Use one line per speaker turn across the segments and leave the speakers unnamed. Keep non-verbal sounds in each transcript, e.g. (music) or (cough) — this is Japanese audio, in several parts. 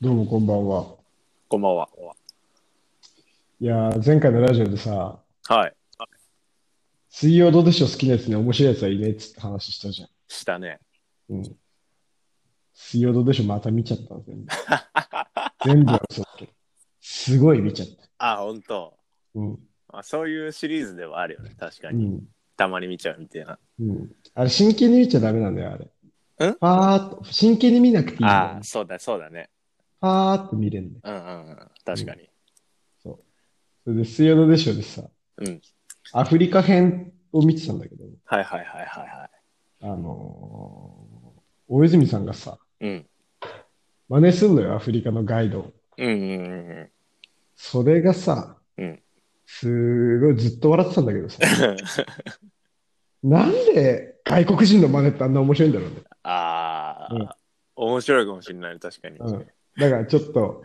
どうもこんばんは。
こんばんは。
いやー、前回のラジオでさ、
はい。
水曜どうでしょう好きなやつね、面白いやつはいねえっつって話したじゃ
したね。
ん。うん。水曜どうでしょうまた見ちゃったの
(laughs)
全部。全部は嘘だけど。すごい見ちゃった。
あ、本当。
うん。
あそういうシリーズではあるよね。確か
う
に。
ん。
たまに見ちゃうみたいな。
うん。あれ、真剣に見ちゃダメなんだよ、あれ。
うん
パーっと、真剣に見なくていいんだよ
あ、そうだ、そうだね。
パーっと見れるんだよ。
うんうんうん。確かに。
それで、水曜どうでしょうでさ、
うん。
アフリカ編を見てたんだけど、
はいはいはいはいは
あのー、大泉さんがさ、
い。うん。
真似すんのよ、アフリカのガイドを。
うんうんうんうん。
それがさ、
うん
すごいずっと笑ってたんだけどさ、 (laughs) なんで外国人の真似ってあんな面白いんだろうね。
ああ、
うん
面白いかもしれない。確かに。
うんだからちょっと、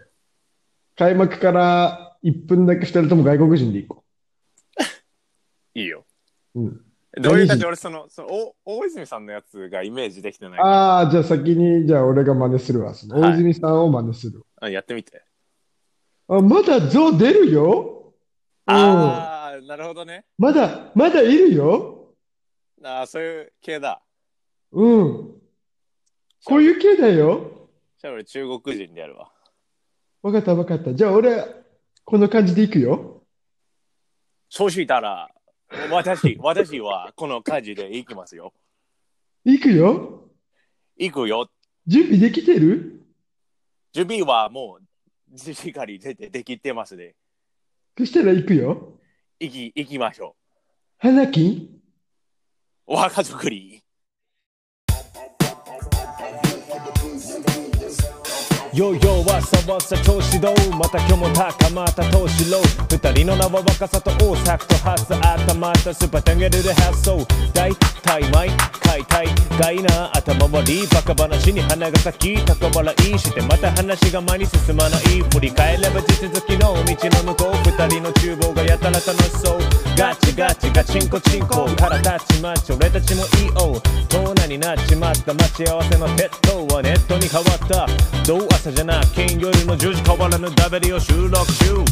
開幕から1分だけ2人とも外国人で行こ
いいよ。
う。うん、
どうい
何
う感じ
人
俺そのそのお、大泉さんのやつがイメージできてないから
ああ、じゃあ先に、じゃあ俺が真似するわ。その
はい
大泉さんを真似する
あやってみて。
わ。あ、まだゾウ出るようん。
ああ、なるほどね。
まだ、まだいるよ
ああ、そういう系だ。
うん。こういう系だよ。
じゃあ俺中国人でやるわ。
わかったわかった。じゃあ俺、この感じで行くよ。
そうしたら、
(laughs)
私、私はこの火事で行きますよ。
行くよ。
行くよ。
準備できてる
準備はもう、しっかり出てできてますで、
そしたら行くよ。
行き、行きましょ
花金
う。お墓作り。
ヨーヨーはサバサ調子どうまた今日も高まった投資ロー二人の名は若さと大作と発想頭とスーパータンゲルで発想大体毎回大概な頭回りバカ話に花が咲き高笑いしてまた話が前に進まない振り返れば地続きの道の向こう二人の厨房がやたら楽しそうガチガチガチンコチンコから立ちまち俺たちもいいよ大人になっちまった待ち合わせのペットはネットに変わったどう朝じゃな金夜の10時変わらぬダベリを収録中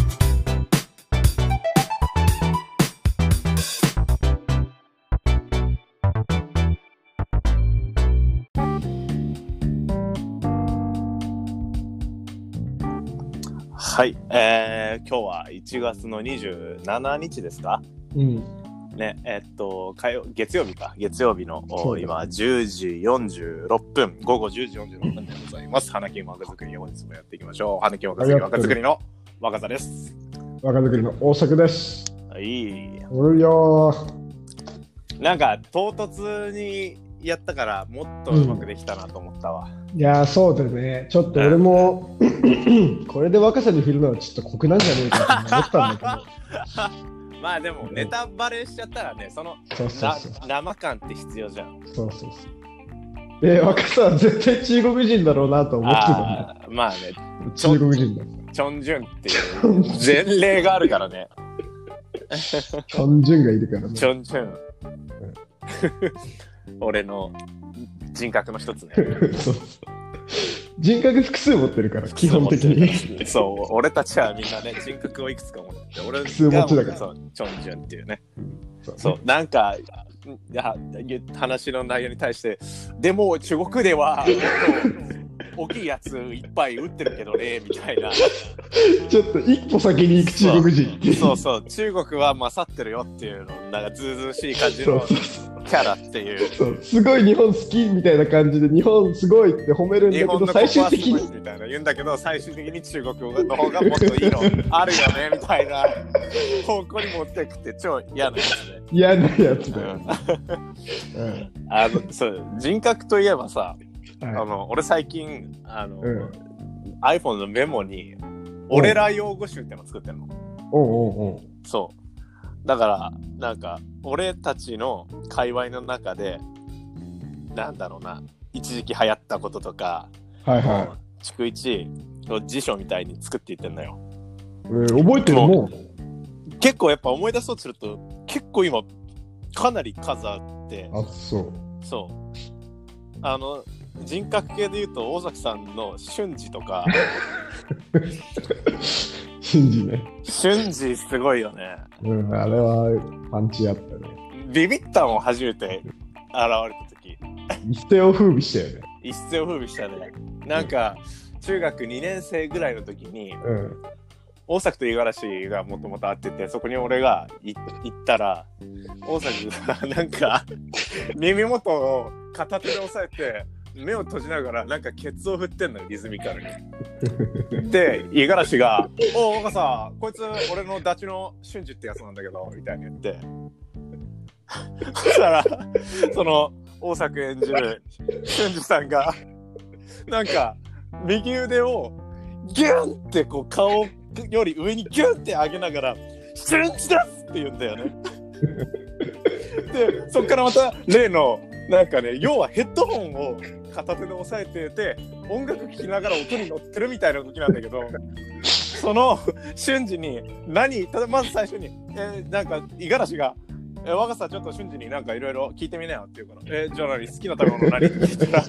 はい。えー、今日は1月の27日ですか
うん。
ね、えっと、火曜月曜日か。月曜日の、
そう
お
だ
今、10時46分、午後10時46分でございます。花金若作り、本日もやっていきましょう。花金若作り、若作りの若さです。
若作りの大作です。
はい。
おるよー。
なんか唐突にやったからもっとうまくできたなと思ったわ、
いやー、そうだね。ちょっと俺 (laughs) も、これで若さに振るのはちょっと酷なんじゃねえかと思ったんだ
まあでもネタバレしちゃったらねその
けど。そうそう
な
そう。
生感って必要じゃん
そうそうそう。で、若さは絶対中国人だろうなと思ってたんだ。
あーまあねちょ
中国人だ。 (laughs)
チョンジュンっていう前例があるからね
チョンジュンがいるからね
チ。ョンジュン俺の人格の一つね
そうそう。 (laughs) 人格複数持ってるから、基本的 (laughs) に。
そう俺たちはみんなね人格をいくつか持ってて俺
複数持ちだから
そうチョンジュンっていうね
そう
そう、なんか、いやゆ話の内容に対して、でも中国では、もっと大きいやついっぱい撃ってるけどね、みたいな。
ちょっと一歩先に行く中国人っていう。
そうそう、中国は勝ってるよっていうの、なんかずうずうしい感じ
そ
の
う
キ
そうそう
ャラっていう。
そうすごい日本好きみたいな感じで日本すごいって褒めるんだ
日
け
本の
ど
ここは
最終
す
的
ごい
に
みたいな言うんだけど最終的に中国の方がもっといいのあるよねみたいな方向に持ってくって超嫌なやつね。
嫌なやつ
う
だよ。
ん
うん
あのそう人格といえばさ、あ
は
の俺最近あの、
いうん
iPhone のメモに俺ら用語集ってのを作ってるの。
おうおうおう
そう。だから、なんか、俺たちの界隈の中で、なんだろうな、一時期流行ったこととか、
はいは
逐一、辞書みたいに作っていってんのよ。
い。えー覚えてるもん。
結構やっぱ思い出そうとすると、結構今、かなり数あって、
あそう。
そう。あの、人格系で言うと、大崎さんの瞬時
(laughs)
とか、
信じね。
瞬時すごいよね。
うん、あれはパンチあったね。
ビビったもん、初めて現れた時
一世を風靡したよね。
一世を風靡したね。なんか、中学2年生ぐらいの時に、
うん。
大崎と五十嵐がもともと会っててそこに俺がい行ったら大崎がなんか耳元を片手で押さえて目を閉じながらなんかケツを振ってんのよリズミカルに。で五十嵐が「おお若さこいつ俺のダチの俊二ってやつなんだけど」みたいに言ってそしたらその大崎演じる俊二さんがなんか右腕をギュンってこう顔より上にギュンって上げながら「瞬時です!」って言うんだよね。でそっからまた例のなんかね要はヘッドホンを片手で押さえてて音楽聴きながら音に乗ってるみたいな動きなんだけどその瞬時に何ただまず最初に、えーなんか五十嵐が「えー若さちょっと瞬時になんかいろいろ聞いてみなよ」って言うから「えーじゃあ何好きな食べ物何?」って言ったら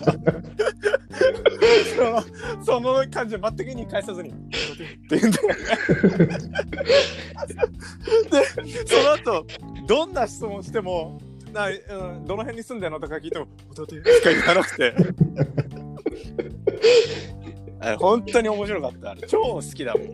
(laughs) そのその感じを全く意に返さ (laughs) ずに「って言うんだよねでその後どんな質問してもな、うん、どの辺に住んでんのとか聞いても「ホタテ」しか言わなくてあれ本当に面白かったあれ超好きだもん、
好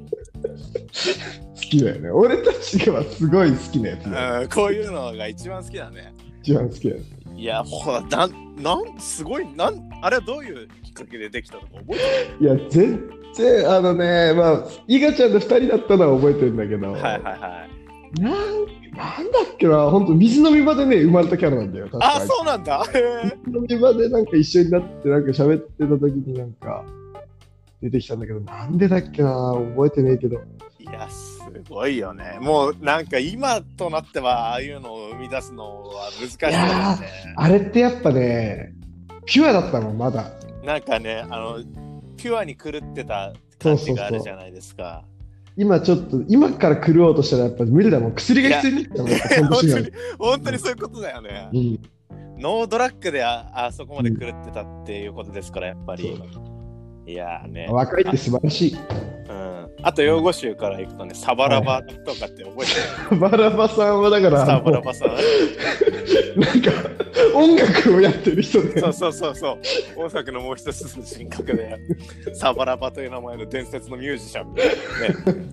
きだよね。俺たちはすごい好きなやつだよ。
うん、こういうのが一番好きだね
一番好きだよ。
いやほらなんなんすごいなんあれはどういうきっかけでできたとか覚えて
いや、全然、あのね、まあ、イガちゃんの二人だったのは覚えてるんだけど、
るはいはいはい
なんなんだっけな、本当水飲み場でね、生まれたキャラなんだよ。確か
あそうなんだへえ
水飲み場でなんか一緒になって、なんか喋ってた時になんか、出てきたんだけど、なんでだっけな、覚えてないけど。
いやすごいよねもうなんか今となってはああいうのを生み出すのは難しいよ
いや
ね
あれってやっぱね、ピュアだったの、まだ。
なんかねあのピュアに狂ってた感じがあるじゃないですか
今ちょっと、今から狂おうとしたらやっぱ無理だもん。薬が必要になったもん、やっぱその年
(laughs) 本
が
当に本当にそういうことだよね
うん
ノードラッグでああそこまで狂ってたっていうことですからやっぱりいやーね
若いって素晴らしい。
うんあと用語集からいくとねサバラバと
(laughs)
かって覚えてる
バラバさんはだから、
サバラバさん
なんか音楽をやってる人で、
(laughs) そうそうそうそう。大崎のもう一つの人格で、サバラバという名前の伝説のミュージシャ
(laughs)
ンみたいなね。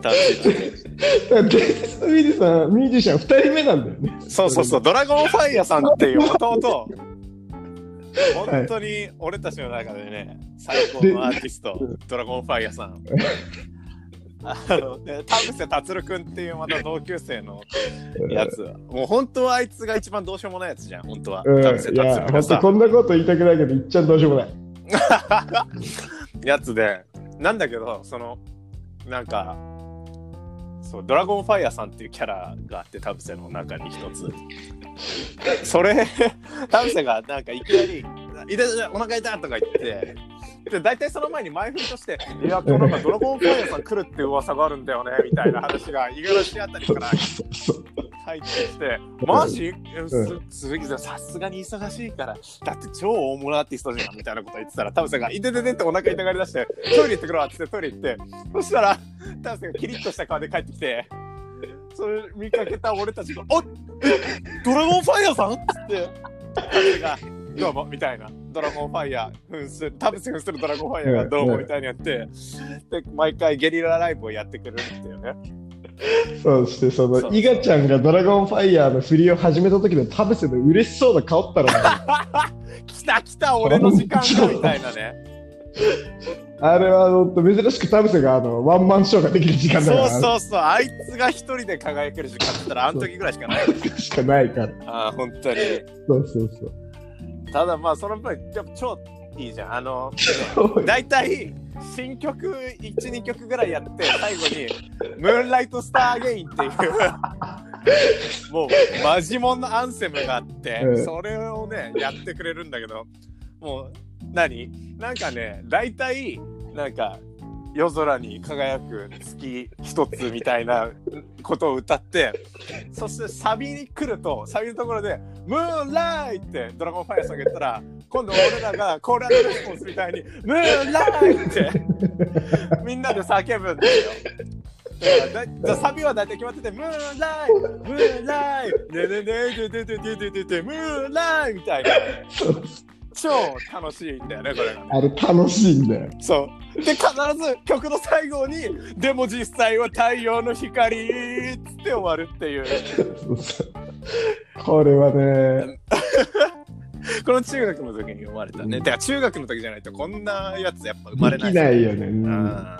た
伝説のミュージシャン、ミュージシャン2人目なんだよね。
そうそうそう、ドラゴンファイヤーさんっていう弟。本当に俺たちの中でね、最高のアーティスト、ドラゴンファイヤーさ
(laughs)
ん。あのね、田臥達郎君っていうまた同級生のやつ、もう本当はあいつが一番どうしようもないやつじゃん、本当は。
うん、い
田臥達郎
や、
君が
本
さ
当こんなこと言いたくないけど、いっちゃんどうしようもない。 (laughs)
やつでなんだけどそのなんかそうドラゴンファイヤーさんっていうキャラがあって田臥の中に一つそれ田臥がなんかいきなり「いたいたお腹痛い」とか言ってで大体その前に前振りとして「いやこのなんかドラゴンファイヤーさん来るって噂があるんだよね」みたいな話が五十嵐あたりから入ってきて「マジえす鈴木さんさすがに忙しいからだって超大物アーティストじゃん」みたいなこと言ってたら田臥が「いててて」ってお腹痛がりだして「トイレ行ってくるわ」っつってトイレ行ってそしたら田臥がキリッとした顔で帰ってきて。それ見かけた俺たちが「おっドラゴンファイヤーさん?」っつって田臥が「どうも」みたいな「ドラゴンファイヤー扮する田臥扮するドラゴンファイヤーがどうも」みたいにやってで毎回ゲリラライブをやってくれるっていうね
そして、そ
そ
の、
う
イガちゃんがドラゴンファイヤーの振りを始めた時の田臥の嬉しそうな顔った
(laughs)
ら、
来た来た俺の時間だみたいなね
あれは本当珍しく田臥があのワンマンショーができる時
そう
間だから、
そうそうあいつが一人で輝ける時間だったらあの時ぐらいしかない
そうしかないから。
ああ本当に
そうそうそう。
ただまあその分やっぱ超いいじゃんあ (laughs) の
そう
大体新曲12曲ぐらいやって最後に「ムーンライト・スター・ゲイン」っていうもうマジモンのアンセムがあって、
うん
それをねやってくれるんだけどもう何なんかね大体なんか夜空に輝く月一つみたいなことを歌ってそしてサビに来るとサビのところで「ムーンライト!」ってドラゴンファイアさんが言ったら今度俺らがコーラルレスポンスみたいに「ムーンライト!」ってみんなで叫ぶんですよ。だからだじゃあサビは大体決まってて「ムーンライトムーンライトねねねねねねねねねムーンライト!」みたいな
そう
超楽しいんだよねこれがね。
あれ楽しいんだよ。
そうで必ず曲の最後に「でも実際は太陽の光」っつって終わるっていう
そうそうこれはね、
この中学の時に生まれたね。
うん
てか中学の時じゃないとこんなやつやっぱ生まれ
で
ない。
きないよね。う
うんん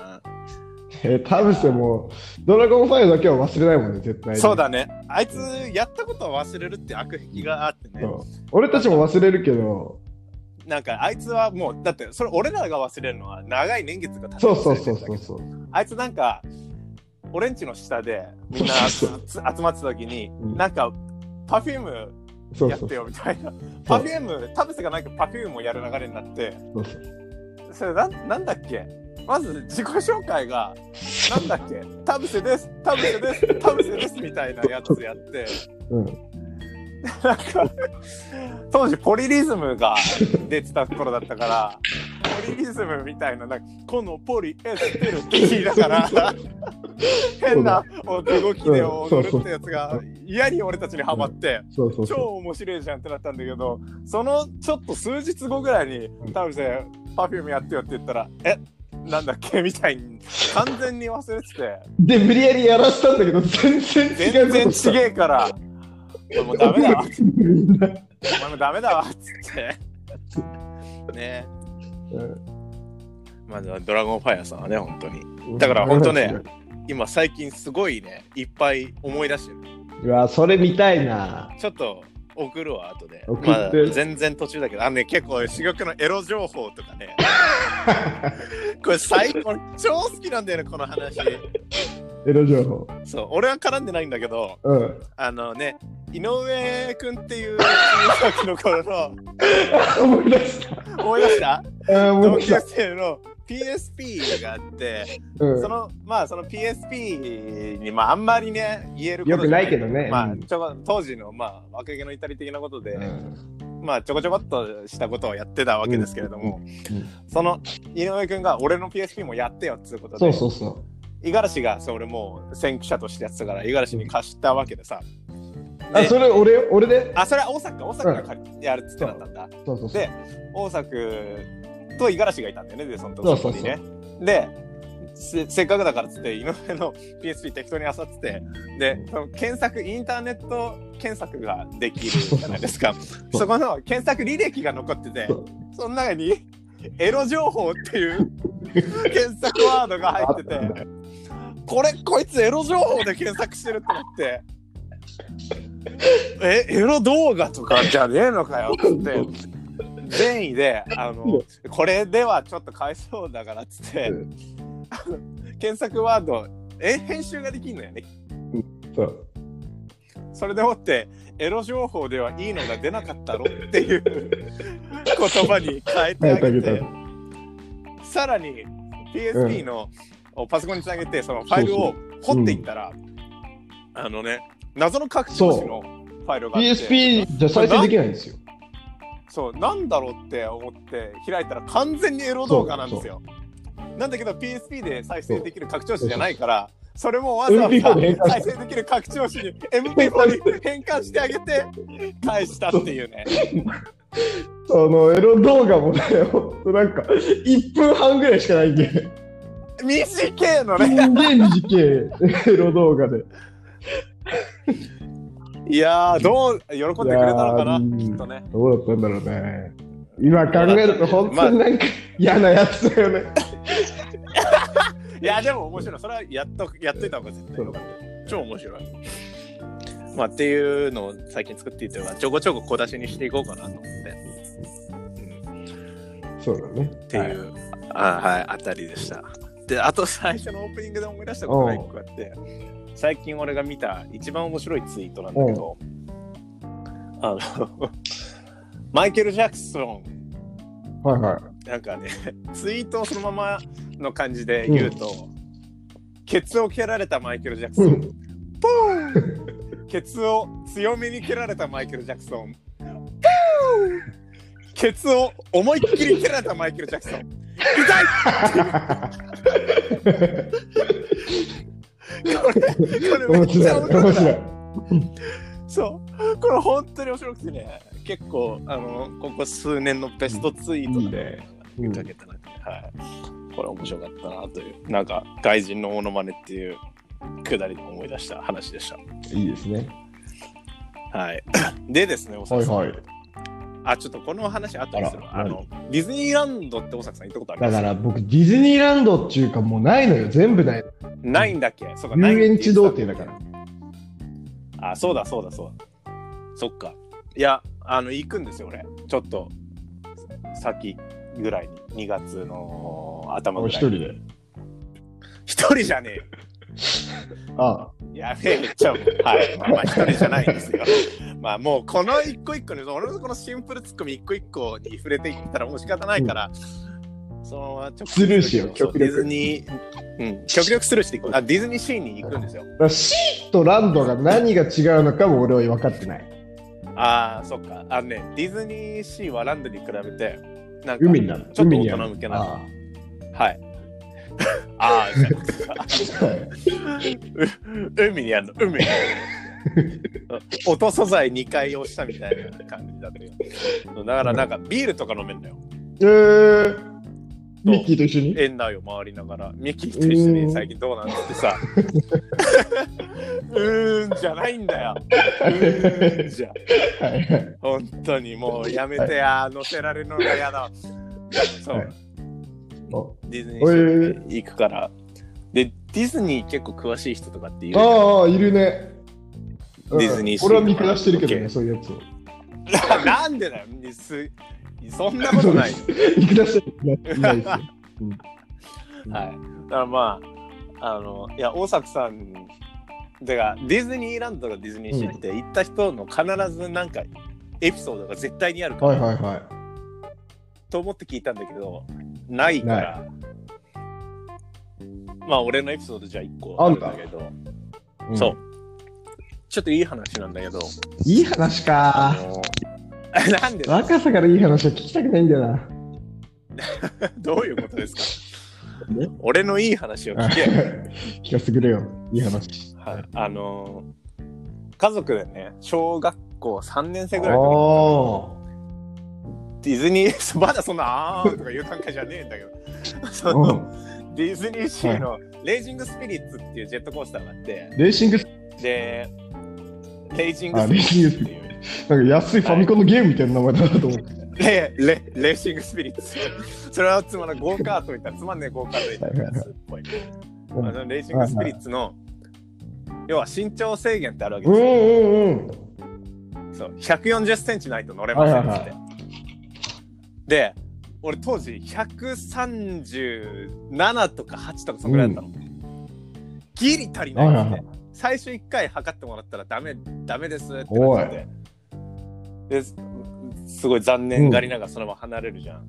えー、田臥も、ドラゴンファイアだけは忘れないもんね、絶対に。
そうだね。あいつやったことを忘れるって悪癖があってね
そ。う。俺たちも忘れるけど、
なんかあいつはもうだってそれ俺らが忘れるのは長い年月が経って
そう
忘
そう
れて
そ
ん
う
だけ
そ
ど
うそう。
あいつなんか俺んちの下でみんな集
そうそう
集まってた時に、
うん
なんかパフューム
そう
やっ
そう
てよみたいな。
そ
パ
う
フューム、タブスがなんかパフュームをやる流れになって、
そうそう。
それなんなんだっけまず自己紹介が、なんだっけタブスです、タブスです、タブスですみたいなやつやって、
うん。
なんか、当時ポリリズムが出てた頃だったから、ポリリズムみたいな、なんか、このポリエステルって言いながら、変な動きで踊るってやつが嫌に俺たちにハマって、
そうそうそ
超面白いじゃんってなったんだけどそのちょっと数日後ぐらいに「田臥さん Perfume やってよ」って言ったら「えなんだっけ?」みたいに完全に忘れてて
う。で、無理やりやらせたんだけど、全然違う
全
こと
然
した。
違えから「俺もうダメだわ」
みんな。
お前もダメだわ」っつってね
うん
まあドラゴンファイアさんはね本当にだからほんとね。今最近すごいねいっぱい思い出してる
うわ、それ見たいな。
ちょっと送るわ後で
送って
まあ、全然途中だけどあのね結構珠玉のエロ情報とか
(laughs)
ねこれ最高超好きなんだよねこの話
エロ情報。
そう俺は絡んでないんだけど
うん。
あのね井上くんっていう中学の頃の
思い出した。
思い出した
あー思
同
い出し
級
た。
生の PSP があって
うん
そのまあその PSP にまああんまりね言えること
よくないけど
ね、
ね。
ま
う
あ
ん
ちょこ当時のまあ若気の至り的なことで、
うん
まあちょこちょこっとしたことをやってたわけですけれども、
うんうん
その井上君が俺の PSP もやってよっつうことで
そうそうそ
五十嵐がそれもう先駆者としてやってたから五十嵐に貸したわけでさ
う。あ、
で
それ俺、俺で
あそれは大阪大阪が借りやるっつってなったんだ
そうそうそう
で。大阪と五十嵐がいたんだよねでその時
そうそうそう
にねでせせっかくだからっつって井上の PSP 適当に漁っててでその検索インターネット検索ができるじゃないですか
(laughs) そう
そこの検索履歴が残ってて
そう
その中に「エロ情報」っていう検索ワードが入って
あったんだ (laughs)
てこれこいつエロ情報で検索してると思ってえエロ動画とかじゃねえのかよっつって善意で
(laughs)
あのこれではちょっとかわいそうだからっつって
うん
あの検索ワードえ編集ができるのよね
そう。
それでもってエロ情報ではいいのが出なかったろっていう
(laughs)
言葉に変えて
早
あ
くあ
げ
げた
て。さらに PSP の、パソコンにつなげてそのファイルを掘っていったら、あのね謎の拡張子のファイルがあって
PSP じゃ再生できないんですよ。
そうなんだろうって思って開いたら完全にエロ動画なんですよなんだけど PSP で再生できる拡張子じゃないからそれもわざわ
MP4 で変換した
ざ再生できる拡張子に MP4 に変換してあげて返したっていうね
そのエロ動画もね、ほんとなんか、1分半ぐらいしかないんで、
短いのね
人間時系エロ動画で。
いやーどう喜んでくれたのか
いやー
な
うん
きっとね
どうだったんだろうね。今考えると、本当になんか嫌なやつだよね。
いやでも面白いそれはやっとやっといた方が絶対よかった超面白いまあっていうのを最近作っていてちょこちょこ小出しにしていこうかなと思って、うん、
そうだね。
っていう、あはいあたりでしたであと最初のオープニングで思い出したことが一個あって最近俺が見た一番面白いツイートなんだけどあの (laughs) マイケル・ジャクソン
はいはい。
なんかね、ツイートをそのままの感じで言うと、ケツを蹴られたマイケル・ジャクソン、
うん
ポーンケツを強めに蹴られたマイケル・ジャクソン、ポーンケツを思いっきり蹴られたマイケル・ジャクソン。痛いこれ、これめ
(laughs) 面
っち
白
ゃ
い。
面白
面
い
白い。
そう。これ本当に面白くてね、結構、あの、ここ数年のベストツイートで
うん
見かけたので、はい。これ面白かったなという、なんか外人のモノマネっていうくだりで思い出した話でし
いいですね。(laughs)
た。はい。でですね、おさ
は
く
い
さん。
はい。
あ、ちょっとこの話あったりする
あら
あの、ディズニーランドって大阪さん行ったことありま
だ
す
から僕、ディズニーランドっていうかもうないのよ。全部ない。
ないんだっけそうか、
遊
ない
園地童貞だから。
ら。あ、そうだそうだそうだ。そっか。いや、あの、行くんですよ、俺。ちょっと、先ぐらいに、2月の頭
お
ぐ
一
ら
人
いに。
で。
一人じゃねえよ。
あ
やべえ、めっちゃもう。はい。まあ、まあ一人じゃないんですよ。まあ、もう、この一個一個に、俺のこのシンプルツッコミ一個一個に触れていったらもう仕方ないから、そのまま直
スルーしよう
そう
極力
ディズニー、うん、極力スルーしていこう。あ、ディズニーシーに行くんですよ。
あ。シーとランドが何が違うのかも俺は分かってない。
ああ、そっか。あのね、ディズニーシーはランドに比べて、なんか、
海になる。
ちょっと
海
大
にある
人向けな。
ああ
はい。 (laughs) ああ、
はい
(laughs) 海にあるの、
(laughs)
海にあるの。音素材2回押したみたいな感じだったよ。だから、なんか、ビールとか飲めんのよ。
えー、ミッキーと一緒に
園内を回りながら、ミキと一緒に最近どうなんっ
(laughs)
てさ。うーんじゃないんだよ。うーんじゃ。
はいはい
本当にもうやめてや、乗せられるのが嫌だわ。そう。
はいお
ディズニーシーに行くから。で、ディズニー結構詳しい人とかっていう。
ああ、いるね。うん
ディズニーシー
俺は見下してるけど
オッケー
ね、そういうやつを。
(laughs) なんでだよ。すそんなことないよ。
見下してるけどないですよ。
(laughs) はい。だからまあ、あの、いや、大作さん、てか、ディズニーランドがディズニーシーって行った人の必ずなんかエピソードが絶対にあるか
はい
ら
はいはい。
と思って聞いたんだけど、ないから。まあ、俺のエピソードじゃ1個あるんだけど、
うん
そう。ちょっといい話なんだけど、
いい話
あ
か。
の (laughs) なんで
若さからいい話は聞きたくないんだよな。
どういうことですか
え
俺のいい話を聞け。
(laughs) 聞かせてくれよ。いい話。
はい、あのー家族でね、小学校3年生ぐらいの
お
時ディズニー、 (laughs) まだそんな、あーとか言う段階じゃねえんだけど、そ
ーう
の
ん。
ディズニーシーのレイジングスピリッツっていうジェットコースターがあって、
レーシング、
で、レイジング
あ、
ス
レ
ピ
ー
リ
シング
ッツっていう。
なんか安いファミコンのゲームみたいな名前だなと思って。
レレレーシングスピリッツ。それはつまらんゴーカートみたいな、つまんねえゴーカートみたいなやつっぽい。あのレーシングスピリッツの、要は身長制限ってあるわけ
うん
で
う
すよ。
んうん。
そう140センチないと乗れませんっつって、
はいはいは
で俺当時137とか8とかそんぐらいだったの、ギリ足りないっ
は
つって、
いはいはい
最初1回測ってもらったらダメダメですってなってですすごい残念がりながらそのまま離れるじゃん、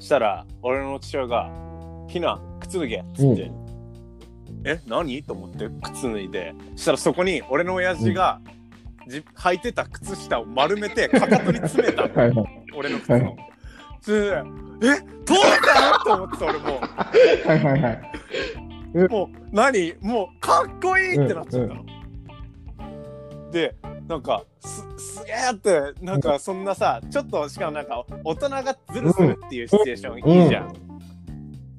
したら俺の父親が「ひな靴脱げ」っつって「
う
え何?」と思って靴脱いでしたらそこに俺の親父が、じ履いてた靴下を丸めてかかとに詰めたの
はいはい
俺の靴の。それでえどうだと思ってた俺もう。
はいはいはい。
もう何もうかっこいいってなっちゃったの。でなんかすすげえってなんかそんなさちょっとしかもなんか大人がズルするっていうシチュエーション
うん
いいじゃん。だか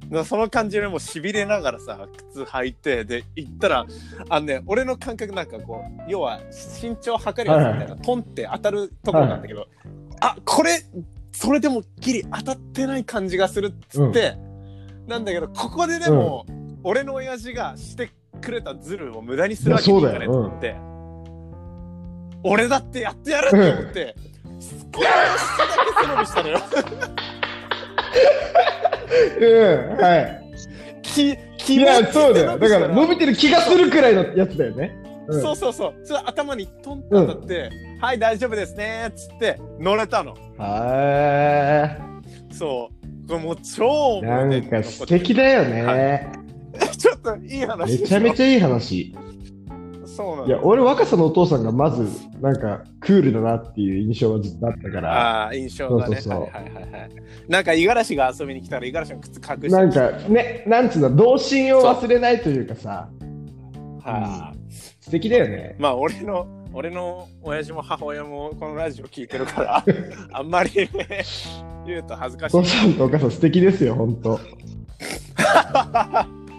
らその感じでもうしびれながらさ靴履いてで行ったらあのね俺の感覚なんかこう要は身長測るやつみたいなトンって当たるところなんだけどあこれそれでもギリ当たってない感じがするっつって、なんだけどここででも、俺の親父がしてくれたズルを無駄にするわけにいかないと思って、俺だってやってやるって思って、少しだけ背伸び
(laughs)
したのよ
うん、はい。
き気
いや、そうだよ。だから伸
伸び
びてる気がするくらいのやつだよね。うん
そうそうそうそれ頭にトンと当たって、はい大丈夫ですねっつって乗れたの
は
そうこれもう超
い。
思い
な
出
んか
に残ってる
素敵だよね。
(laughs) ちょっといい話
めちゃめ
ゃ
ちゃいい話。
そうなん
いや、俺、若さのお父さんがまず、なんか、クールだなっていう印象はずっとあったから、
ああ、印象がね。
そうそうそう
はいはいはいはい。なんか、五十嵐が遊びに来たら、五十嵐の靴隠して
なんかね、なんつうの、童心を忘れないというかさ、
はあ
素敵だよね。
まあ、俺の、俺の親父も母親もこのラジオ聞いてる (laughs) から、あんまり言うと恥ずかしい
お父。さんとお母さん素敵ですよ、本
(laughs)
当。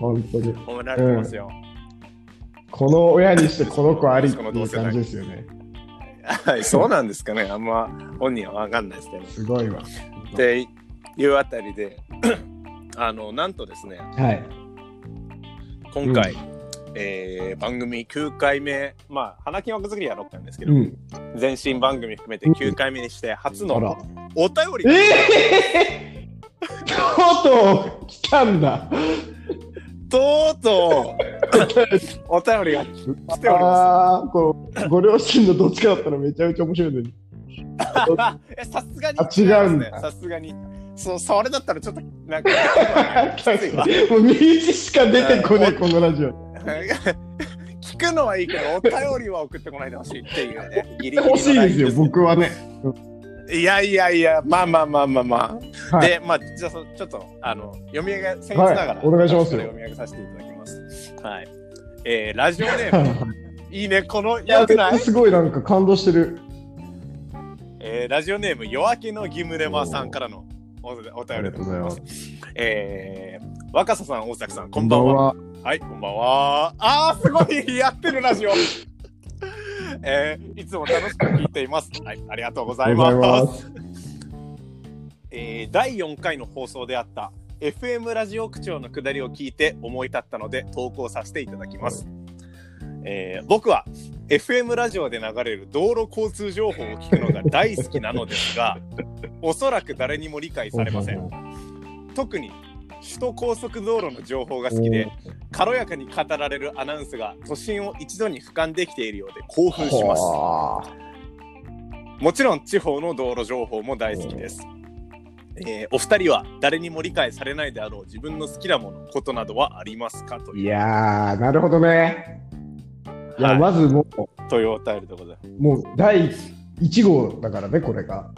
本当に。
褒められてますよ。
この親にしてこの子ありっていう感じですよね。
はい、そうなんですかね。あんま本人はわかんないですけど。
すごいわ。
っていうあたりで、 (clears throat) あの、なんとですね、
はい。
今回、えー番組9回目、まあ、花金枠作りは6回目ですけど、
うん。
全身番組含めて9回目にして、初
あ
の
ら。
お便り
えー、とうとう来たんだ。
とう (laughs) とうお便りが来ておりま
ああ、こう、ご両親のどっちかだったらめちゃめちゃ面白いのに。
す。えさすがに
あ違うんだ
違いますねさすがに。そう、それだったらちょっと、
(laughs)
なんか、
もう身内しか出てこねえ、このラジオ。
(laughs) 聞くのはいいけど、お便りは送ってこないでほしいっていうね、ギリギリの
(laughs)
ライン
欲しいですよ、僕はね。
いやいやいや、まあまあまあまあまあ。
はい
で、まあ、じゃあそちょっと、あの、読み上げ、僭越ながら、
はいお願いしますよ
読み上げさせていただきます。はい。えー、ラジオネーム、
い
いいね、この、
や、
よくない
すごいなんか感動してる。
えー、ラジオネーム、夜明けのギムレマさんからのおお便
あ
りでござい
りがとうござい
ま
ますす。。
えー、若狭さん、大崎さん、こんばんは。はい、こんばんは。あー、すごい、やってるラジオ。えー、いつも楽しく聞いています。はい、ありがとうござ
あ
い
りがとうござい
ま。
ますす。
えー第4回の放送であった FM ラジオ区長のくだりを聞いて思い立ったので投稿させていただきます、えー僕は FM ラジオで流れる道路交通情報を聞くのが大好きなので
(laughs)
すがおそらく誰にも理解されません特に首都高速道路の情報が好きで軽やかに語られるアナウンスが都心を一度に俯瞰できているようで興奮します
はあ
もちろん地方の道路情報も大好きです。えーお二人は誰にも理解されないであろう自分の好きなもの、ことなどはありますかと
い
いう
やー、なるほどね。いや、
はい
まずも
というお便りでございます。
う、もう第1号だからね、これが。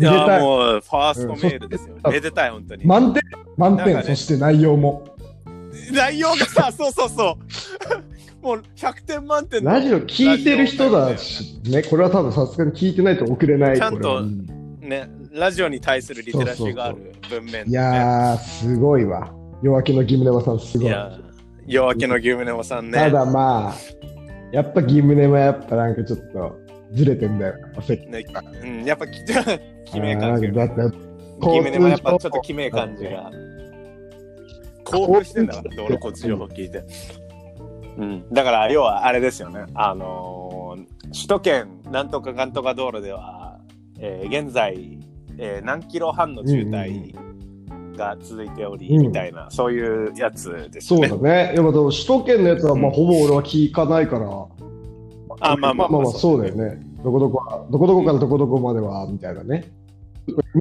いや
めでた
ー
い
もうファーストメールですよ。
うん
めでたい、本当に。
満点、満
な
点、
んかね
そして内容も。
内容がさ、そうそう
(laughs)
そう。もう100点満点の
ラジオ聞いてる人だし、ね、これは多分さすがに聞いてないと送れない。
ちゃんと
これは
ね、ラジオに対するリテラシーがある文面でね、
いやー、すごいわ。夜明けのギムネマさん、す
い
ごい。
やー夜明けの牛胸もさんね。
ただまあ、やっぱギムネマやっぱなんかちょっとずれてんだよ。焦っ
ねうん、やっぱき (laughs) 決め感じ
あーな
が
んかだって
キメでもやっぱちょっときめえ感じが。興奮してんだから、道路交通情報聞いて。うん、だから要はあれですよね、あのー首都圏なんとかなんとか道路では、えー現在、えー何キロ半の渋滞が続いており、
うん
みたいな、そういうやつです
そう
ね。
だね。やっぱでも首都圏のやつはまあ
うん
ほぼ俺は聞かないから。
あまあまあ
まあそうだよね。どこどこは、どこどこからどこどこまでは、みたいなね。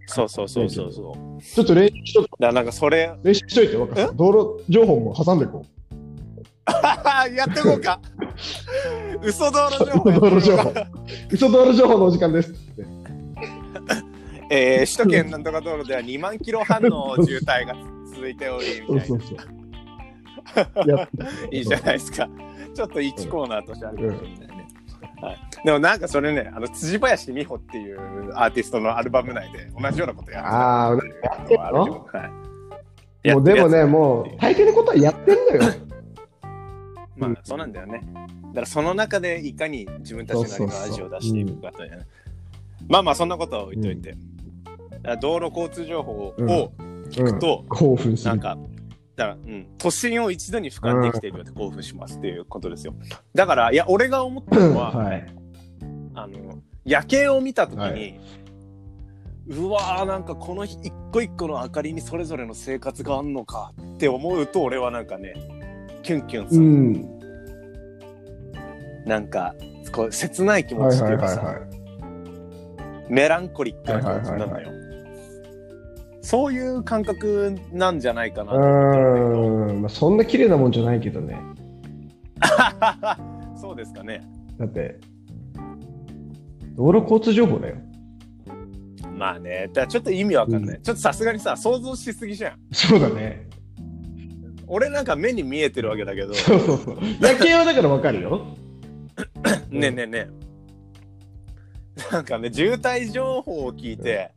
そうそうそうそうそう。だか
ちょっと練習しと
らなんかそれ、
練習しといて、若さん道路情報も挟んでこ
やってこ
(laughs)
うか。嘘道路情報やっ
嘘道路情
てこうか。
報う。嘘道路情報のお時間ですって。
えー首都圏なんとか道路では2万キロ半の渋滞が続いており、
そう
みたい
そ
な
うそう。やっ
いいじゃないですか。ちょっと1コーナーとしてあるかもしれないね。はい、でもなんかそれね、あの辻林美穂っていうアーティストのアルバム内で同じようなことやって
ああ、
たのはあるよはい
もうでもね、も
う
う大抵のことはやってんのよ。
まあそうなんだよね。だからその中でいかに自分たちなりの味を出していくかというね。まあまあそんなことは置いといて。だから道路交通情報を聞くと、
興奮す
なん
る。
か、だから、うん、都心を一度に俯瞰できているようで興奮しますっていうことですよ。だから、いや、俺が思ったのは、
はい。
あの、夜景を見たときに、
はい
うんうわー、なんかこの一個一個の明かりにそれぞれの生活があんのかって思うと、俺はなんかね、キュンキュンす
う
る。
ん。
なんか、こう、切ない気持
は
ち
い
って
はいいう
か
はい
さ、
はい。
メランコリックな気持ちになるの
はい
よ。そういう感覚なんじゃないかな
うーん、まあ、そんな綺麗なもんじゃないけどね。
(laughs) そうですかね。
だって、道路交通情報だよ。
まあね、だからちょっと意味わかんない。ちょっとさすがにさ、想像しすぎじゃん。
そうだね。
俺なんか目に見えてるわけだけど、
そうそうそう。夜景はだからわかるよ。 (laughs) うん
ねえねえねえ。なんかね、渋滞情報を聞いて、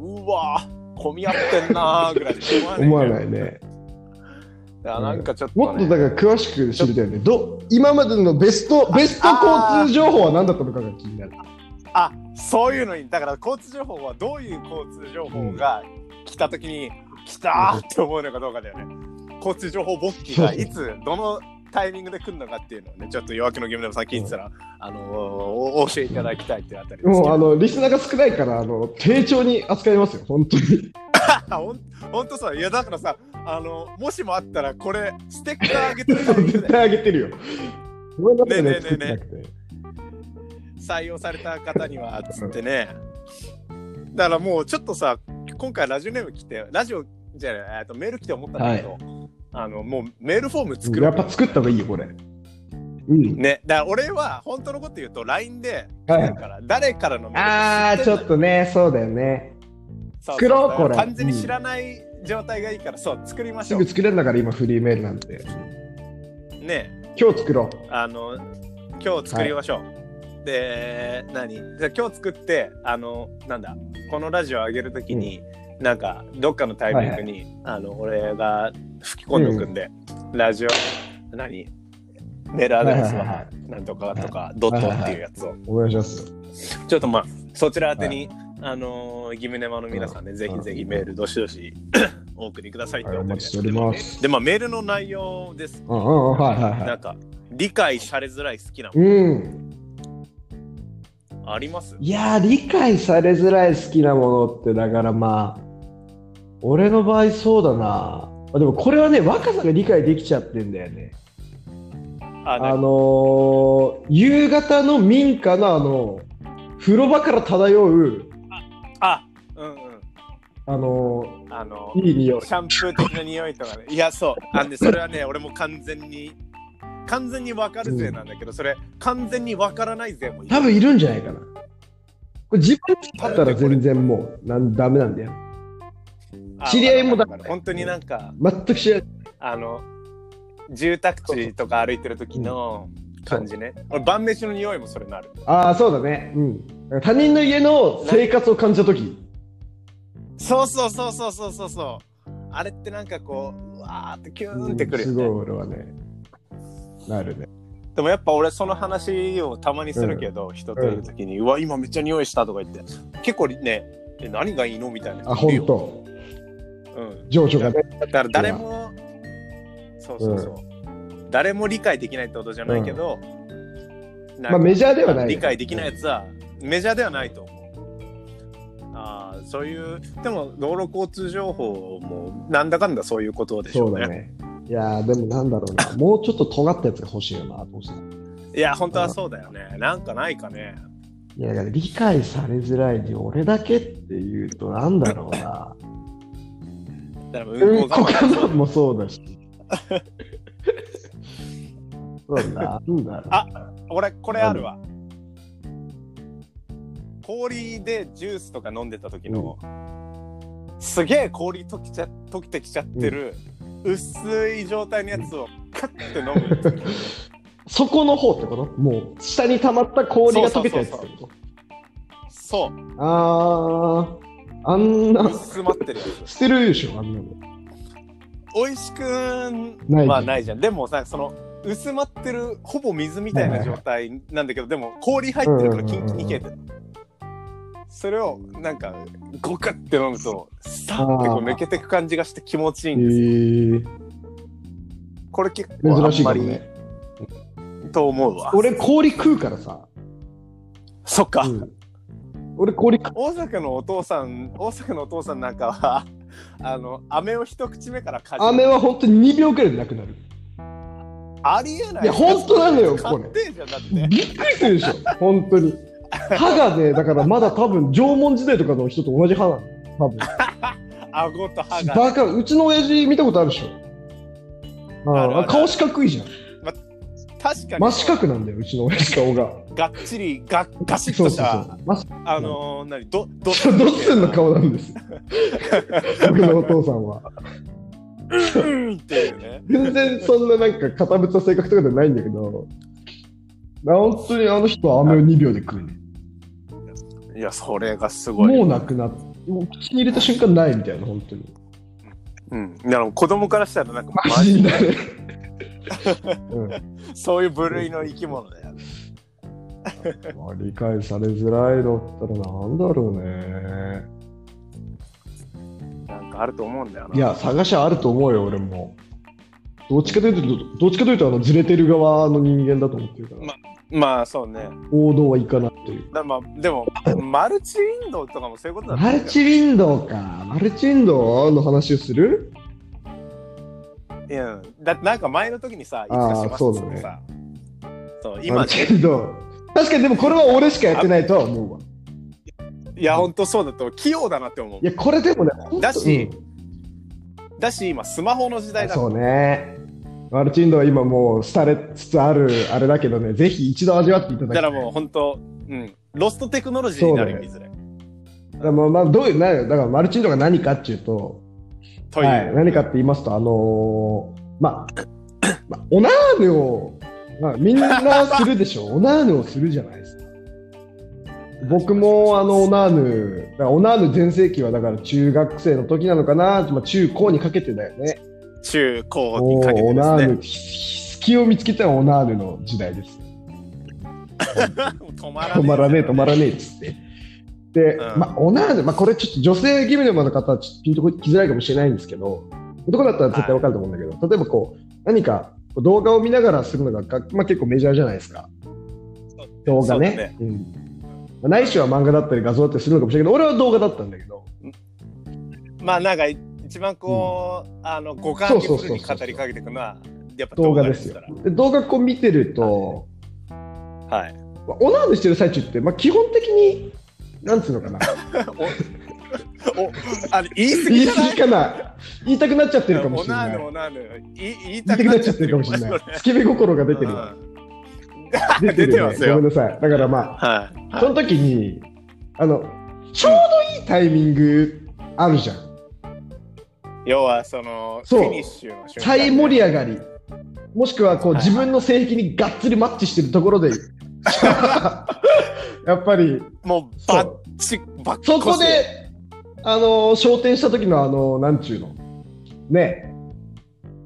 うわぁ、混み合ってんなーぐらいで思わない。
思わないね。
だからなんかちょっと、ね、
もっとだから詳しく知りたいよね。ど今までのベスト、ベスト交通情報は何だったのかが気になる。
あそういうのにだから交通情報はどういう交通情報が来た時に、来たーって思うのかどうかだよね交通情報ボッキーがいつどのタイミングで来るのかっていうのをねちょっと夜明けのゲームでもさっき言ってたら、あのーお教えていただきたいってあたりですけ
もうあ
ど
の、リスナーが少ないから、あの、丁重に扱いますよ、本当
(laughs)
に。
あほんほんとさいやだからさあのもしもあったらこれステッカーあげてるタイミング
絶
で
対あげてるよ。ごめんなさい
ね
ね、
えね
作
え
って
ねえねえ
なくて。
採用された方にはつってねだからもうちょっとさ今回ラジオネーム来てラジオじゃないえっとメール来て思ったんだけど、あのもうメールフォーム作
や
る
っぱ作った方がいいよ、これ。うん。
ねだから俺は本当のこと言うと LINE で
はい
だから誰からのメール
あー、ちょっとね、そうだよね。作ろうこれ
完全に知らない状態がいいから、そう作りまし
す
ょう
ぐ作れるんだから、今、フリーメールなんて。
ね
今日作ろ
あの今日作りましょう、で何じゃあ今日作ってあのなんだこのラジオ上げるときに、なんかどっかのタイミングに、あの俺が吹き込んでおくんで、ラジオ何メールアドレ
は
スは,、
いはいは
なんとかとか、ドットっていうやつを、
う。お願いします。
ちょっとまあそちら宛てに、あのーギムネマの皆さんね、ぜひぜひメールどしどし (coughs) お送りくださいって
はい、お
お
待
願い
ちし
してま
お
す
ります。
でまあメールの内容です
うんうんうん、はいはい
な
は。
んか理解されづらい好きない
うん。
ものあります
いやー、理解されづらい好きなものって、だからまあ、俺の場合そうだな。あでもこれはね、若さが理解できちゃってんだよね。
あ
あ
の
のー、夕方の民家のあの、風呂場から漂う、
あうんうん
あの
あの
ー、いい匂い
シ。ャンプー的な匂いとかねいやそうあんでそれはね俺も完全に完全に分かるぜなんだけど、それ完全に分からないぜもいる
多分いるんじゃないかな。これ自分だったら全然もう、なんダメなんだよ。
あ
知り合いもだ
わかるわかる本当になんか
全く知らない。
あの住宅地とか歩いてる時の感じね俺晩飯の匂いもそれなる
ああ、そうだね。うん。だから他人の家の生活を感じたとき。
そうそうそうそうそうそうそうあれってなんかこううわーってキューンってくるよ
す
ね
ごい俺はね。なるね。
でもやっぱ俺その話をたまにするけど、人といる時に、うわ今めっちゃ匂いしたとか言って結構ねえ何がいいのみたいな
あ、
人いる
本
よ
当。
うん、
情緒がね。
だから誰もそうそうそう、誰も理解できないってことじゃないけど、な
ま
んか
あメジャーではない。
理解できないやつはメジャーではないと思う。ああそういうでも道路交通情報もなんだかんだそういうことでしょ
そう
うね。
だね。いやーでもなんだろう
(laughs)
な。もうちょっと尖ったやつが欲しいよな、どうしても
いや本当はそうだよね。なんかないかね。
いや、だから理解されづらいで、俺だけっていうとなんだろうな。
だから
う
運
んこ
行
か
が
まんもそうだ
(laughs)
し。そうだな、なんだろう。
あ俺これあるわ氷でジュースとか飲んでた時の、すげえ氷溶けちゃ溶けてきちゃってる、薄い状態のやつをカッて飲む
底の方ってこともう、下に溜まった氷が溶けたやつって
そう
こ
そ
とあー、あん
う
な、
薄まってるやつ
捨てるでしょ、あんなの。
美味しくん
ない
まあないじゃんでもさその薄まってるほぼ水みたいな状態なんだけど、でも氷入ってるからキンキンに冷えてる、それをなんかゴクッて飲むとさってこう抜けてく感じがして気持ちいい
え
んですよ
ー、
これ結構
珍
あ
し
ん
い
ま
かも
り
ね。
と思うわ。
俺、氷食うからさ。
そっか、
うん俺、氷食う。
大阪のお父さん、大阪のお父さんなんかは、 (laughs) あの、飴を一口目からかじる
飴は本当に2秒くらいでなくなる。
ありえない。
いや本当なの
(laughs)
よ
勝
これ
手じゃんだって。
びっくりするでしょ、本当
(laughs)
に。歯がね、だからまだ多分縄文時代とかの人と同じ歯なの。多分。
顎と歯が。
バカ、うちの親父見たことあるでしょ。あ
あるある
あ顔四角いじゃん。
確かに
真四角なんだようちの親父顔が
がっちりがガシッ
そ
と
う
し
そう
た
そう真四
あのー、何どど
角ドッセンの顔なん
(laughs)
です僕のお父さんは
うんっていうね
全然そんななんか堅物な性格とかじゃないんだけどな本当にあの人は飴を2秒で食うね
いやそれがすごい
もうなくなってもう口に入れた瞬間ないみたいな本当に
うん、だから子供からしたらなんか
マジだね (laughs) うん
そういう部類の生き物だよね
まあ、理解されづらいのったらなんだろうね。
なんかあると思うんだよない
や、探しはあると思うよ、俺も。どっちかというと、どっちかというと、あの、ずれてる側の人間だと思ってるから、
ままあそうね
王道はいかないという。
だまあでもマルチウィンドウとかもそういうことだ
マルチウィンドウか。マルチウィンドウの話をする
いやだってなんか前の時にさいつかしますってさそう,、
マ
今
ルチウィンドウ。確かに、でもこれは俺しかやってないとは思うわ。
いやほんとそうだと器用だなって思う
いや、これでもね、本当
だし、
うん
だし今スマホの時代だ
そうね。マルチウィンドウは今もう廃れつつあるあれだけどね、ぜひ一度味わっていただき
だ
たい
からもう本当うんロストテクノロジーになるよいずれ
だからまあまあどういうなだからマルチンドが何かっていうと、
という、
はい、何かって言いますとあのーまあ (coughs) まあオナーヌを、まあ、みんなするで
(laughs)
しょオナーヌをするじゃないですか僕もあのオナーヌだからオナーヌ全盛期はだから中学生の時なのかな、まあ、中高にかけてだよね
中高
も
に
う
かけ
オ
てで
ナ
す
ー
ね
ヌ隙を見つけたらオナーヌの時代です
止まら
止まらねえ止まらねえっつって。で、
うん
まあ、オナーヌ、まあ、これちょっと女性義務の方はちょっとピンときづらいかもしれないんですけど、男だったら絶対わかると思うんだけど、例えばこう、何かこう動画を見ながらするのがが、まあ、結構メジャーじゃないですか。動画
そうだ
ね
ね。
うんまあないしは漫画だったり画像だったりするのかもしれないけど、俺は動画だったんだけど、
まあなんか一番こう、あの五感フルに語りかけていくのはやっぱ
動画ですよ
動画。
で動画こう見てると、
からはい
まあオナーヌしてる最中って、まあ、基本的に、なんつうのかな、
おおあの言 (laughs) い過
言
ぎ
い
じゃ
過
ない
ぎかな、言いたくなっちゃってるかもしれない。
おなぬおなぬ言い言い
言
た
いた
く
く
な
な
っ
っ
ち
ち
ゃ
ゃ
っ
ってて
る
るかも
かもし
しれ
れな
ないい。つけび心が出てる。出て
出
る
て
よ
ま
ね
すよ
ごめんなさい。だからまあ、
はい
その時に、あの、ちょうどいいタイミングあるじゃん。
要はその
そう
フィニッシュの瞬間
再盛り上がり。もしくはこう
はいはい
自分の性癖にがっつりマッチしてるところ (laughs) で、やっぱり、
もうバッチバッ
そこで、あの、昇天した時のあの、なんちゅうの、ねえ、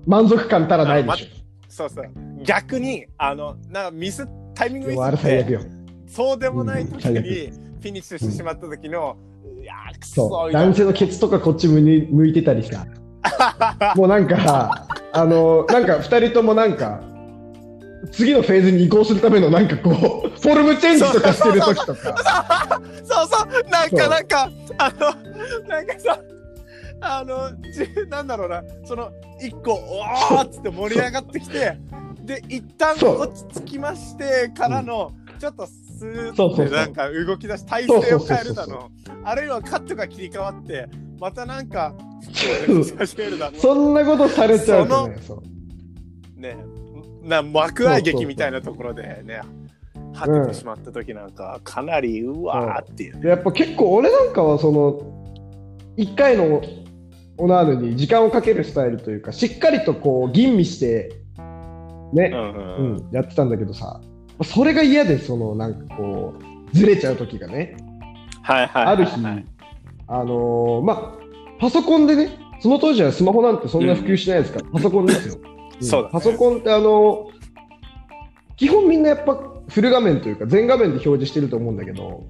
満足感たらないでし
そうそう逆にあのなんかミスタイミン
ょ。
グ
で
ミ
もあ
ス
れ最
っ
悪
て
よ。
そうでもない時
うん最
にフィニッシュしてしまった時の、いやーくそ
そう
みたいな
男性のケツとかこっち向い向いてたり (laughs) さもうなんかあのなんか2人ともなんか次のフェーズに移行するためのなんかこうフォルムチェンジとかしてる時とか
そうそう、なん
そ
か
う
なんか、あの、なんかさ、あの、じなんだろうな、その、一個、おーっつって盛り上がってきて、で、一旦
そう
落ち着きましてからの、ちょっとスー
そう
ッ
そう
て
そう
なんか動き出し、体勢を変えるだ
そうそうそう
の、あるいはカットが切り替わって、またなんか、 (laughs) 始めるだの、
そんなことされちゃうとねそう
ね、な幕開劇みたいなところでね、果ててしまった時なんか、かなり、うわーっていう。
でやっぱ結構俺なんかはその1回のオナーヌに時間をかけるスタイルというかしっかりとこう吟味してね、
うんうんう
うんん、やってたんだけどさそれが嫌でそのなんかこうずれちゃう時がね
はいはいはい
あ
は
る
い
日、あのーまあ、パソコンでね、その当時はスマホなんてそんな普及しないですから、パソコンですよ。ん
(laughs) そうだね
パソコンって、あのー基本みんなやっぱフル画面というか、全画面で表示してると思うんだけど、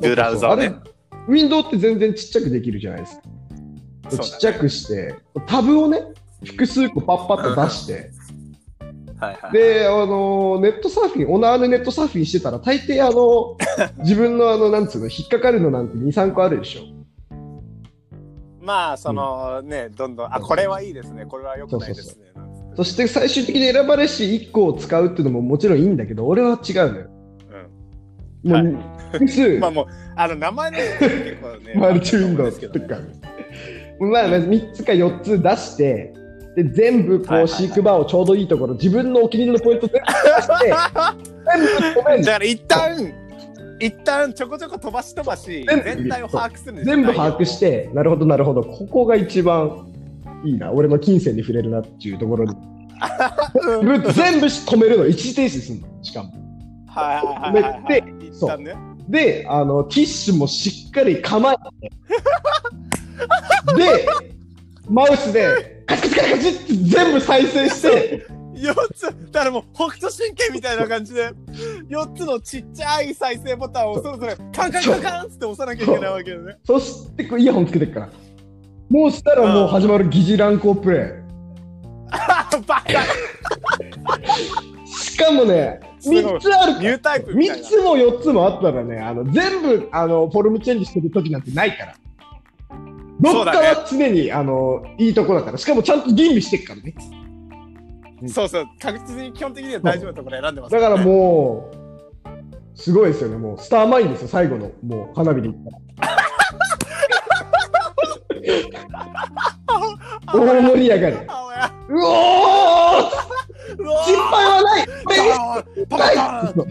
ブラウザをね
そう。そうあれウィンドウって全然ちっちゃくできるじゃないですか。
そうだね
ちっちゃくして、タブをね、複数個パッパッと出して、
はいはい、
で、あのーネットサーフィン、オナーのネットサーフィンしてたら、大抵、あの
(laughs)
自分の、あの、なんつうの、引っかかるのなんて2、3個あるでしょ。
まあそのね、どんどんあこれはいいですねこれは良くないですね
そして最終的に選ばれし1個を使うっていうのももちろんいいんだけど、俺は違うのよ。も、
はいう
複数、
うん、まあもうあの名前の結
(laughs)
構ね
マルチウィンドウ
ですけ
と
ど、ね、
か、まあ、3つか4つ出して、で全部
はい
こ
は
う
いはい
飼育バーをちょうどいいところ自分のお気に入りのポイント全部出して全部止め
(laughs)
ん
だ
の
から一旦一旦ちょこちょこ飛ばし飛ばし
全部
全体を把握するんですよ
全部把握してなるほどなるほどここが一番いいな俺の金銭に触れるなっていうところ
(laughs)
に
うん
全部全部止めるの一時停止するのしかも
はいはいはいはい
埋
はい一
そう
旦ね
であのティッシュもしっかり構え
(laughs)
てでマウスでカチカチカチカチって全部再生して
四つだからもう北斗神拳みたいな感じで四つのちっちゃい再生ボタンをそろそろカンカンカンカンっつって押さなきゃいけないわけよね
そしてこうイヤホンつけてくからもうしたらもう始まる疑似乱行プレ
あ (laughs) バカ
イしかもね
すごい
3つある
ニュータイプみたい
3
な
つも4つもあったらねあの全部あのフォルムチェンジしてる時なんてないからどっかは常に、あのいいとこだからしかもちゃんと吟味してっからね
そうそう確実に基本的には大丈夫なところ選んでます
だからもうすごいですよねもうスターマインですよ最後のもう花火で行ったら
(laughs)
大盛り上がり
あおや
うおー
うわ
心配はない
ーパカーン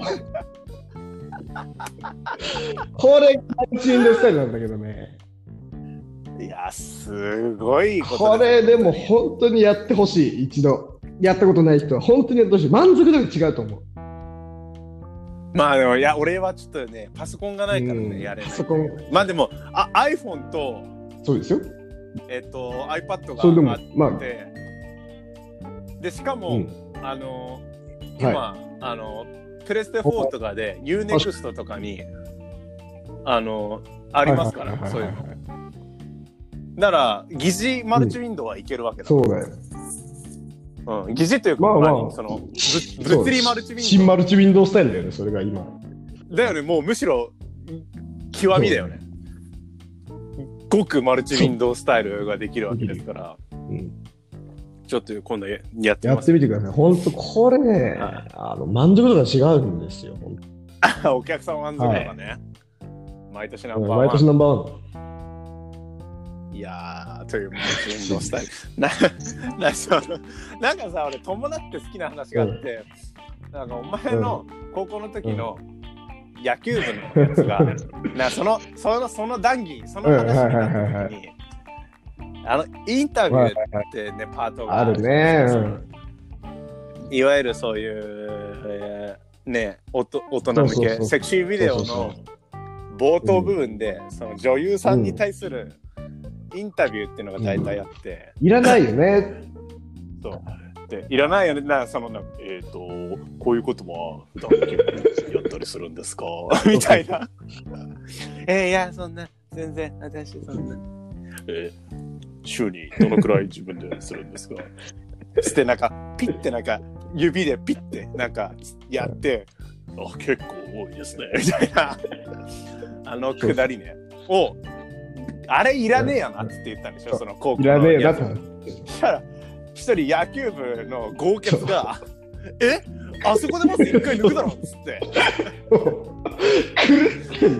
これがチンドスタイルなんだけどね
いや、すごいこと
これでも本当にやってほしい一度やったことない人は本当にやってほしい満足度が違うと思う
まあでも、いや、俺はちょっとね、パソコンがないからね、やれ
うん
ない
パ。ソコン
まあでも、あ iPhone と、
そうですよ
えっと、iPad
それで
が
も
あっ
まあ
て、で、しかも、
うん
あの、今、
は
あの、プレステ4とかで UNEXT とかに、あの、ありますから、
はいはい
そ
は
う
い
い
は
う
い
の。なら、疑似マルチウィンドウはいけるわけだ。
そうだよ
うん、疑似というか、
まあまあ
何そのぶ物理マルチウィンドウ
新マルチウィンドウスタイルだよねそれが今
だよね、もうむしろ極みだよね。ごくマルチウィンドウスタイルができるわけですから、
うん
ちょっと今度ややって
やっ
みま
て
す。
みてください本当これね
はい
あの満足度が違うんですよ本
(laughs) お客さん満足度がね、毎年ナ
当
ンバー
毎
ワ
年ナンバーワン
ン。いやー、というマルチウィンドウスタイル。ななそのなんかさ、俺、友達って好きな話があって、なんかお前の高校の時の、野球部のやつが、なそのそのその談義、その話になった時に、あのインタビュー
はいはいはい
ってね、パートが
あるね
そううんいわゆるそういう、えーねおと大人向け
そうそうそう
セクシービデ
そ
オ
う
の冒頭部分で、その女優さんに対するインタビューっていうのが大体あって、
いらないよね
そうでいらないよねなそのなえっ、とこういうことも普段結構やったりするん (laughs) ですかみたいなえーいやそんな全然私そんなえー週にどのくらい自分でするんですか (laughs) してなんかピッてなんか指でピッてなんかやってあ結構多いですね (laughs) みたいなあのくだりねをあれいらねえやなっつって言ったんでしょその高校
い
の
らねえ
や
な
つ
と
したら一人野球部の豪傑が「えあそこでまず一回抜くだろ」っつっ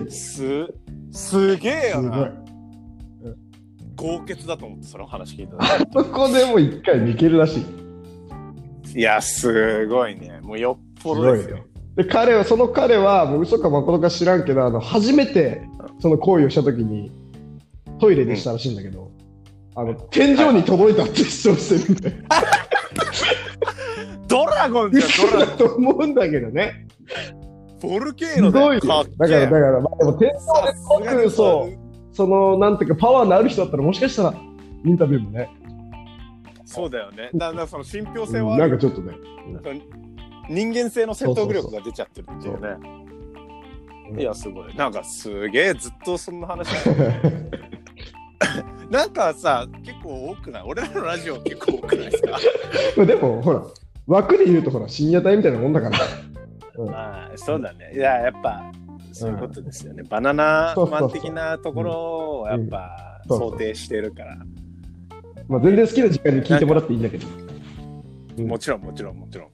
てすすげえ
(laughs) す
よ
ごい
な豪傑だと思ってその話聞いた時
そこでも一回抜けるらしい
いやすごいねもうよっぽどですよ
で彼はその彼はもう嘘かまことか知らんけどあの初めてその行為をした時にトイレでしたらしいんだけど、あの天井に届いたって主張してるみたいな
ドラゴンじゃん
嘘
ド
だ
ラゴン
と思うんだけどね
ボルケー
す
ノ
ごい
だ
よ
よかっ
だ
け
からだか
え
ら、まあ、でも天井
さすがに
僕そうそのなんていうかパワーのある人だったらもしかしたらインタビューもね、
そうだよねだんだんその信憑性はあ
なん
る
かちょっとね (laughs)
人間性の説得力が出ちゃってるっていうね
そう
いやすごいなんかすげえずっとそんな話なんかさ、結構多くない俺らのラジオ結構多くないですか
まあでもほら枠で言うとほら深夜帯みたいなもんだから
ああそうだね。いや、やっぱ、そういうことですよね。バナナマン的なところをやっぱ
そうそうそう
想定してるから。
まあ全然好きな時間に聞いてもらっていいんだけどうん
もちろん、もちろん、もちろん。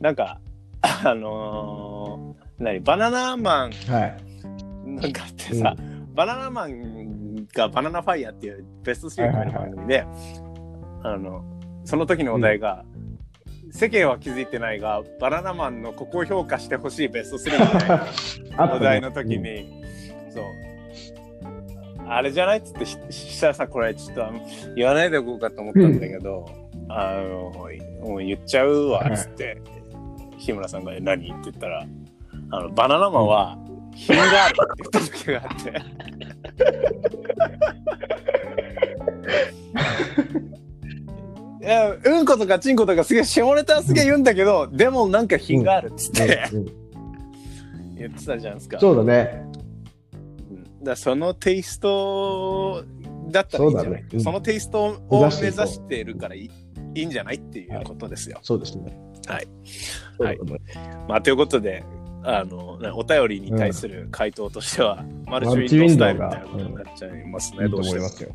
なんか、あのー、何バナナマン
はい
なんかってさ、バナナマンがバナナファイヤーっていうベストシリーズの番組で、あの、その時のお題が、世間は気づいてないが、バナナマンのここを評価してほしいベスト3みたいな (laughs)
あったね
お題の時に、そう。あれじゃないっつってし、したらさ、これちょっとあの言わないでおこうかと思ったんだけど、あの、もう言っちゃうわ、っつって、日村さんがえ何って言ったら、あの、バナナマンは品があるって言った時があって。いやうんことかちんことかすげえ下ネタはすげえ言うんだけど、でもなんか品があるっつって
うんうん
言ってたじゃないですか。
そうだね。
うんだからそのテイストだったらいいんじゃ
そう
な
だ
い
ね
そ,、
うん
のテイストを目指してるからいいいいんじゃないっていうことですよ。
そうですね。
はい。
そうだと思います
まあ、ということであのねお便りに対する回答としては、マルチウ
マルチ
ィ
ウ
ン
ィ
ド
ンド
スタ
ウ
イ
が
ルみたいなことになっちゃいますね。
いい
ど
と
う
思い
しても
ますよ。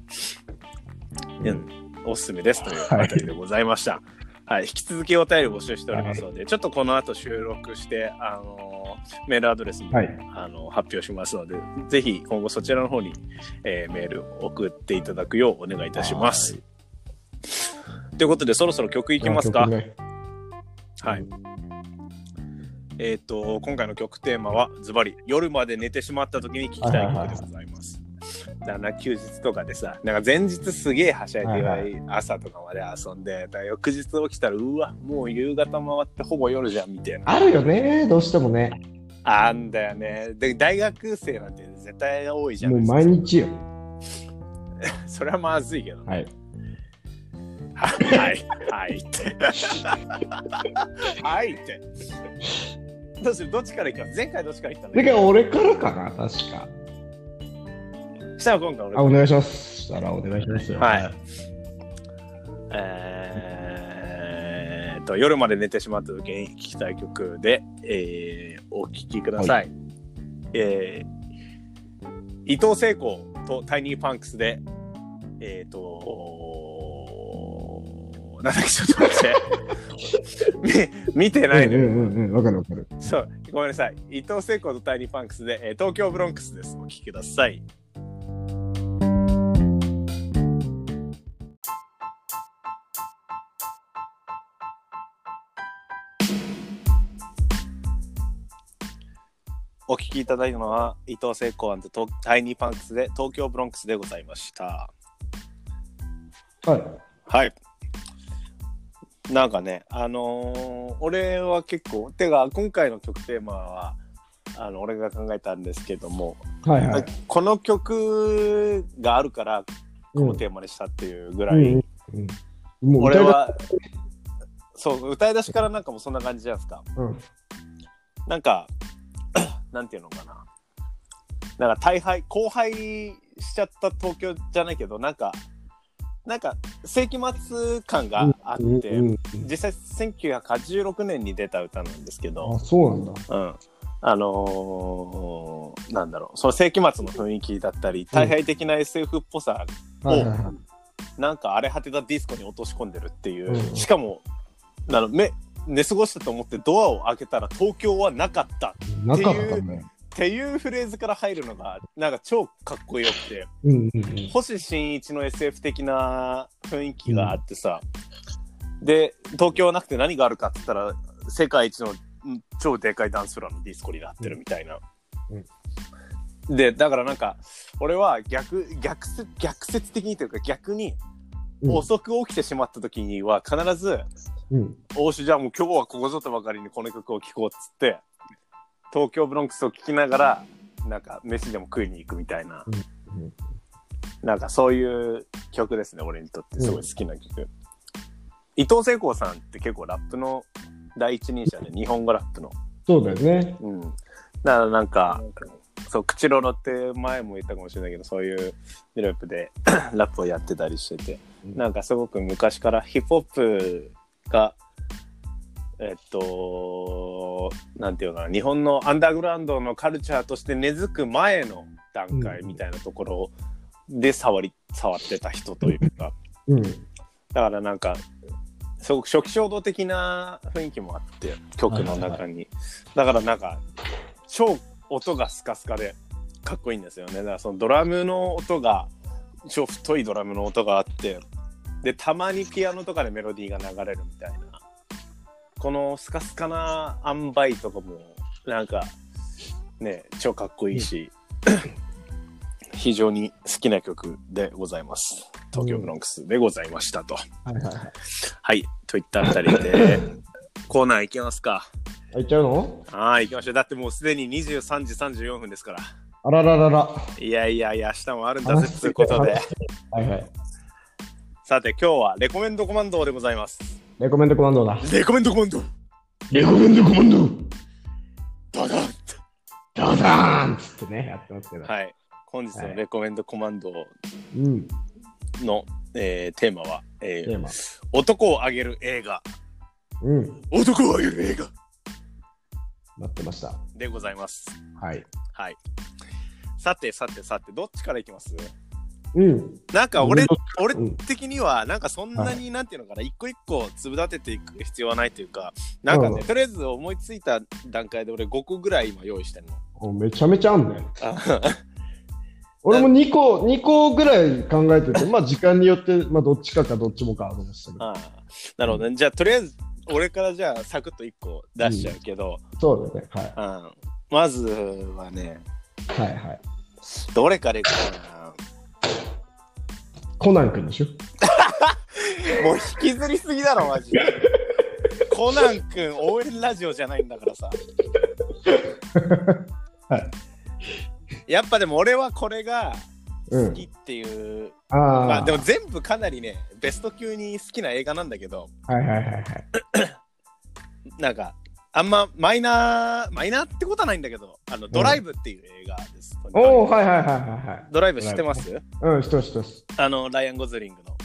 うんおすすめですというあたりでございました。はい引き続きお便り募集しておりますので、ちょっとこの後収録して、あのーメールアドレスも、
はい
あの発表しますので、ぜひ今後そちらの方に、えーメール送っていただくようお願いいたします。ということで、そろそろ曲いきますか。
あ曲ね
はい。えっ、と、今回の曲テーマはズバリ夜まで寝てしまった時に聴きたい曲でございます。だな休日とかでさ、なんか前日すげえはしゃいで、
はいはい
朝とかまで遊んで、だから翌日起きたら、うわ、もう夕方回ってほぼ夜じゃんみたいな。
あるよね、どうしてもね。
あんだよね。で、大学生なんて絶対多いじゃん。
もう毎日よ。
それはまずいけどね。
はい。
はい、はいって。はいって。どうするどっちから行くか前回どっちから行ったんだ
で
っけ
か俺からかな、確か。
したら今回俺
あ、お願いします。したらお願いしますよ。
はい。えーっと夜まで寝てしまった時に聴きたい曲で、えーお聴きください。えー伊藤聖子とタイニーパンクスで、えーっと、なんだっけ、ちょっと待って。 (laughs) み見てないの
う
よ。
んうんうん、わかるわかる。
そう、ごめんなさい。伊藤聖子とタイニーパンクスで、えー東京ブロンクスです。お聴きください。お聴きいただいたのは伊藤聖子とタイニーパンクスで東京ブロンクスでございました。
はい。
はい。なんかね、あのー俺は結構、てか今回の曲テーマは、あの俺が考えたんですけども、
はいはい。
この曲があるからこの
うん
テーマにしたっていうぐら
う
い、
んうんうん、もう
俺
歌い
はそう歌い出しからなんかもうそんな感じじゃないですか
うん、
なんか (clears throat) なんていうのかななんか大敗荒廃しちゃった東京じゃないけどなんかなんか世紀末感があって、
うんうん
実際1986年に出た歌なんですけ
あ
ど、
そうなんだ。
うん、あのーなんだろうその世紀末の雰囲気だったり大敗的な SF っぽさ
はい
を
はいはい
なんか荒れ果てたディスコに落とし込んでるっていう、
うん
しかもなの目寝過ごしたと思ってドアを開けたら東京はなかったっ
なかったね。
ていうフレーズから入るのがなんか超かっこよくて
うんうんうん。
星新一の SF 的な雰囲気があってさ、で東京はなくて何があるかって言ったら世界一のうん超でかいダンスフロアのディスコになってるみたいな。
うん
でだからなんか俺は逆逆説逆説的にというか逆に
うん
遅く起きてしまった時には必ず
うん、
「おうしじゃあもう今日はここぞとばかりにこの曲を聴こう」っつって東京ブロンクスを聴きながらなんか飯でも食いに行くみたいな、
うんうん
なんかそういう曲ですね俺にとってすごい好きな曲、伊藤聖子さんって結構ラップの第一人者で日本語ラップの
そうだよね。
うんだからなんかそう口ロロって前も言ったかもしれないけどそういうグループで (coughs) ラップをやってたりしてて
うん
なんかすごく昔からヒップホップがえっとなんていうのかな日本のアンダーグラウンドのカルチャーとして根付く前の段階みたいなところで触り触ってた人というか
うん、
だからなんかすごく初期衝動的な雰囲気もあって曲の中に、だからなんか超音がスカスカでかっこいいんですよねだからそのドラムの音が超太いドラムの音があってでたまにピアノとかでメロディーが流れるみたいなこのスカスカな塩梅とかもなんかね超かっこいいし非常に好きな曲でございます東京ブロンクスでございましたと、
はいはいは
はいといったあたりで (laughs) コーナー行きますか
い。いっちゃうの
はい行きましょうだってもうすでに23時34分ですから
あらららら。
いやいやいや明日もあるんだぜということで
はいはい。
さて今日はレコメンドコマンドでございます
レコメンドコマンドだ。
レコメンドコマンド
レコメンドコマンド
ダダン
ダダーンつってね、やってますけど。
はい本日のレコメンドコマンド
うん。
の、えーテーマは、え
テ
ー
ーマ。
男をあげる映画
うん。
男をあげる映画
待ってました。
でございます
はい。
はいさてさてさてどっちからいきます
うん。
なんか俺
うん
俺
うん
的にはなんかそんな
は
になんていうのかな一個一個粒立てていく必要はないというかなんか
う
ね
ん
とりあえず思いついた段階で俺5個ぐらい今用意してるの
おめちゃめちゃあんね。
あ
(laughs) 俺も2個、二個ぐらい考えてて、まあ時間によって、まあどっちかかどっちもかと思ってたけど。
あーなるほどねじゃあとりあえず俺からじゃあサクッと1個出しちゃうけど、
そうだよね。はい。
うんまずはね
はいはい。
どれからいくか
コナン君でしょ
なもう引きずりすぎだろマジで
(laughs)
コナン君応援ラジオじゃないんだから
(laughs)
さ
はい
やっぱでも俺はこれが
う
好
ん
き。っていう、
あ
まあ
あ。
でも全部かなりねベスト級に好きな映画なんだけど
はいはいはいはい。
なんかあんまマイナーマイナーってことはないんだけどあのドライブっていう映画です、
おおはいはいはいはいはい。
ドライブ知ってます
うん、一つ一つ。
あのライアン・ゴズリングの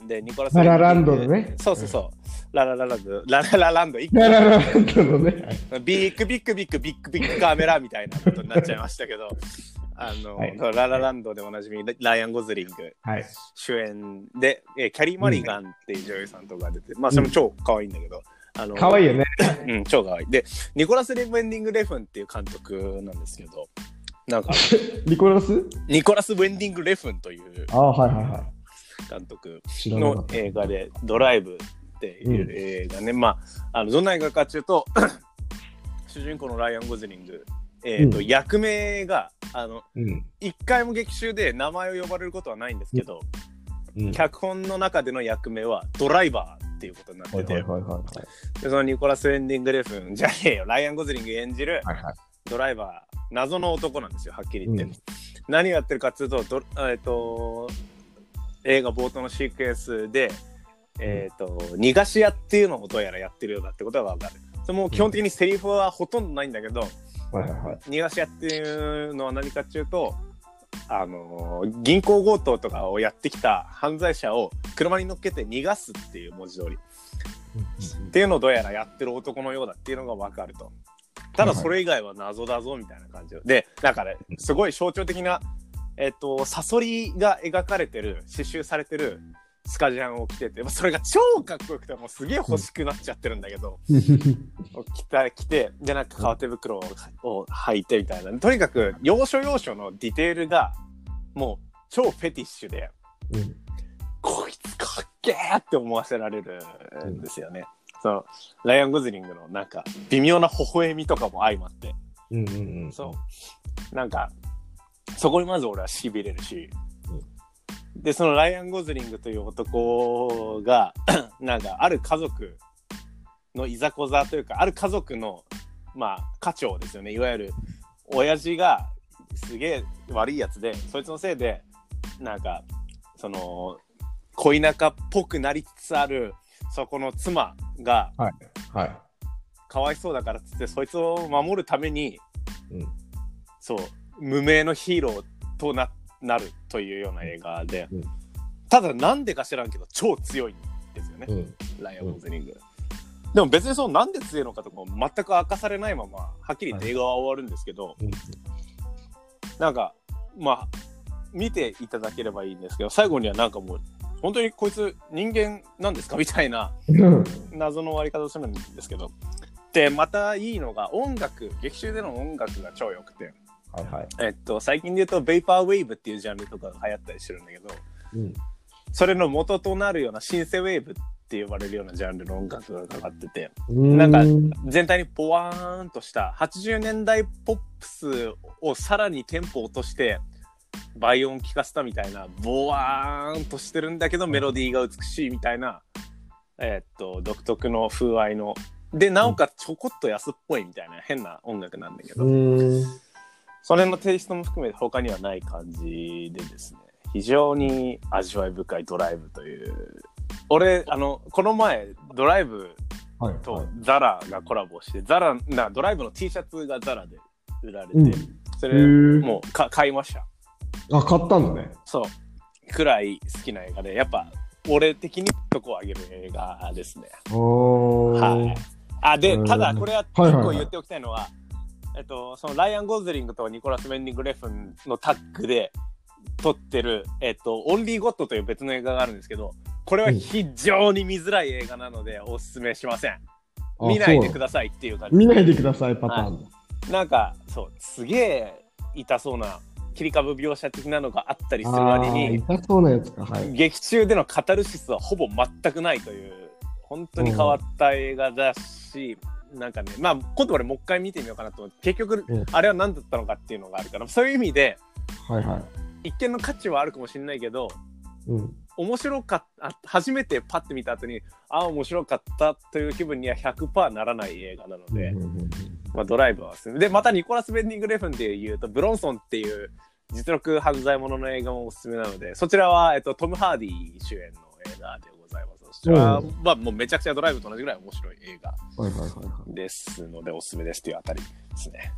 うん。
で、ニコラス・
ララランドのね
そうそうそう。ラララランド、ラララランド、一
ラララランドのね。はい
個ビッグビッグビッグビッグビッグカメラみたいなことになっちゃいましたけど、あの、
はい
ララランドでおなじみ、ライアン・ゴズリング
はい。
主演で、えーキャリー・マリガンっていう女優さんとか出て、まあ、それも超可愛いんだけど、あの、
かわいいよね。
うん、超可愛い。で、ニコラス・レブエンディング・レフンっていう監督なんですけど、なんか、
リコラス
ニコラス・ウェンディング・レフンという
ああ、はいはいは
監督
い。知らなか
の
った。
映画で「ドライブ」っていう映画ね、まああのどんな映画かっていうと (coughs) 主人公のライアン・ゴズリング、えーと
う
役名があの
うん。
一回も劇中で名前を呼ばれることはないんですけど、
うん
脚本の中での役名はドライバーっていうことになってて、
はいはいはいはい。
でそのニコラス・エンディング・レフンじゃねえよライアン・ゴズリング演じる
はいはい。
ドライバー謎の男なんですよはっきり言って、
うん
何をやってるかっていうとどえっ、と映画冒頭のシークエンスで、えっと逃がし屋っていうのをどうやらやってるようだってことが分かるそれも基本的にセリフはほとんどないんだけど、
はいはいはい。
逃がし屋っていうのは何かっていうとあのー銀行強盗とかをやってきた犯罪者を車に乗っけて逃がすっていう文字通りっていうのをどうやらやってる男のようだっていうのが分かるとただそれ以外は謎だぞみたいな感じででなんかねすごい象徴的な、えっとサソリが描かれてる刺繍されてるスカジャンを着ててまあそれが超かっこよくてもうすげえ欲しくなっちゃってるんだけど、着た着てでなんか革手袋をを履いてみたいなとにかく要所要所のディテールがもう超フェティッシュで
うん
こいつかっけーって思わせられるんですよね。そのライアン・グズリングのなんか微妙な微笑みとかも相まって
うんうんうん。
そうなんかそこにまず俺はしびれるし、
うん
でそのライアン・ゴズリングという男が (clears throat) なんかある家族のいざこざというかある家族のまあ家長ですよねいわゆる親父がすげえ悪いやつでそいつのせいでなんかその恋仲っぽくなりつつあるそこの妻が
はい。
かわいそうだからっつってそいつを守るために、
うん
そう無名のヒーローとななるというような映画で、
うん
ただなんでか知らんけど超強いんですよね、
うん。
ライアン・ゴズリング、でも別にそのなんで強いのかとかも全く明かされないままはっきり言って映画は終わるんですけど、
うん
なんかまあ見ていただければいいんですけど最後にはなんかもう本当にこいつ人間なんですかみたいな
うん。
謎の終わり方をするんですけどでまたいいのが音楽劇中での音楽が超良くて、
はいはい。
えっと、最近で言うとベイパーウェイブっていうジャンルとかが流行ったりしてるんだけど
うん。
それの元となるようなシンセウェーブって呼ばれるようなジャンルの音楽がかかってて、なんか全体にポワーンとした80年代ポップスをさらにテンポ落として倍音聞かせたみたいなボワーンとしてるんだけどメロディーが美しいみたいな、えーっと独特の風合いのでなおかつちょこっと安っぽいみたいな変な音楽なんだけど、
うん。
それのテイストも含めて他にはない感じでですね非常に味わい深いドライブという俺あのこの前ドライブ
はい。
とザラがコラボして、ザラなドライブの T シャツがザラで売られて、
うん
そ
へ
れ
ー
もうか買いました
あ、買ったんだね。
そうくらい好きな映画でやっぱ俺的にとこをあげる映画ですね
お
はいあで
うん
ただこれは
はいはいはい
結構言っておきたいのは,、えっと、そのライアン・ゴズリングとニコラス・メンディング・レフンのタッグで撮ってる、えっと、オンリー・ゴッドという別の映画があるんですけどこれは非常に見づらい映画なのでおすすめしません、見ないでく
さ
ださいっていう感
い。
じ
見ないでください、パターンだ。
なんかそうすげえ痛そうな切り株描写的なのがあったりする割に
あー痛そうなやつか。はい。
劇中でのカタルシスはほぼ全くないという本当に変わった映画だし、なんかねまあ今度俺もう一回見てみようかなと思って結局
うん
あれは何だったのかっていうのがあるからそういう意味で
はいはい。
一見の価値はあるかもしれないけど
うん。
面白かった初めてパッて見た後にああ面白かったという気分には100%ならない映画なので。
うんうんうん
まあ、ドライブはですねでまたニコラス・ベンディング・レフンでいうとブロンソンっていう実力犯罪者の映画もおすすめなのでそちらは、えっと、トム・ハーディ主演の映画でございますそちらは、
うん
まあ、もうめちゃくちゃドライブと同じぐらい面白い映画
はいはいはいは
ですのでおすすめですっていうあたりですね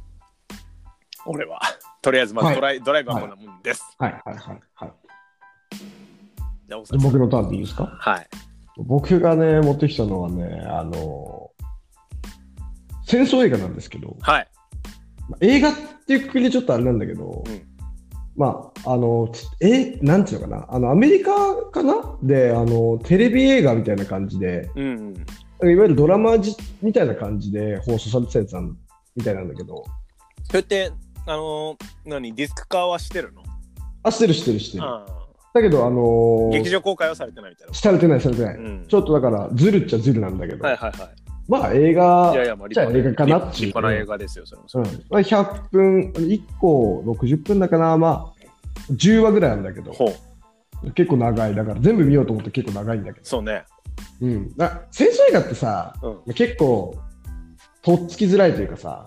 俺はとりあえずま
は
あ
い
ドライ,、ドライブはこんなもんです、
い。はいはいはいはい。
で大
で
沢さん
僕のターンでいいですか
はい
僕がね、持ってきたのはね、あの戦争映画なんですけど、
はい
まあ映画っていうくくりでちょっとあれなんだけど、
うん
まあ、あの、つえ、なんていうのかな、あの、アメリカかなで、あの、テレビ映画みたいな感じで、
うんうん
いわゆるドラマじみたいな感じで放送されてたやつなんみたいなんだけど、
それってあのー何ディスク化はしてるの、
あ、してるしてるしてる。
あ
だけど、あの
あ
ー
劇場公開はされてないみたいな
されてないされてない。
うん
ちょっとだから、ずるっちゃずるなんだけど、
はいはいはい
まあ映画
いやいや、まあ、
じゃあ映画かなっ
立
ていう。
派な映画ですよ、それも。
うん、まあ100分、1個60分だかな、まあ、10話ぐらいあるんだけど、
ほう、
結構長い、だから全部見ようと思って結構長いんだけど、
そうね。
うん、だ戦争映画ってさ、
う
結構、とっつきづらいというかさ、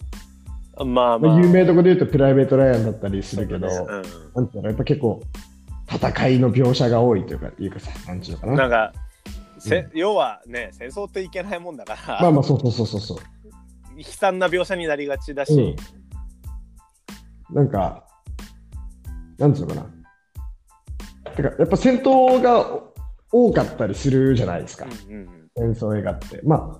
ん。まあ
ま
ま
あ、
あ。
有名とこで言うとプライベート・ライアンだったりするけど、
そうね
なんていうの、やっぱ結構、戦いの描写が多いというか、いうかさ、なんていうのか
うん、
な。
なんか、せ要はね、戦争っていけないもんだから、
まあまあ、そうそうそうそうそう。
悲惨な描写になりがちだし、
うん、なんか、なんつうのかな。てか、やっぱ戦闘がお多かったりするじゃないですか、
うんうん
戦争映画って。まあ、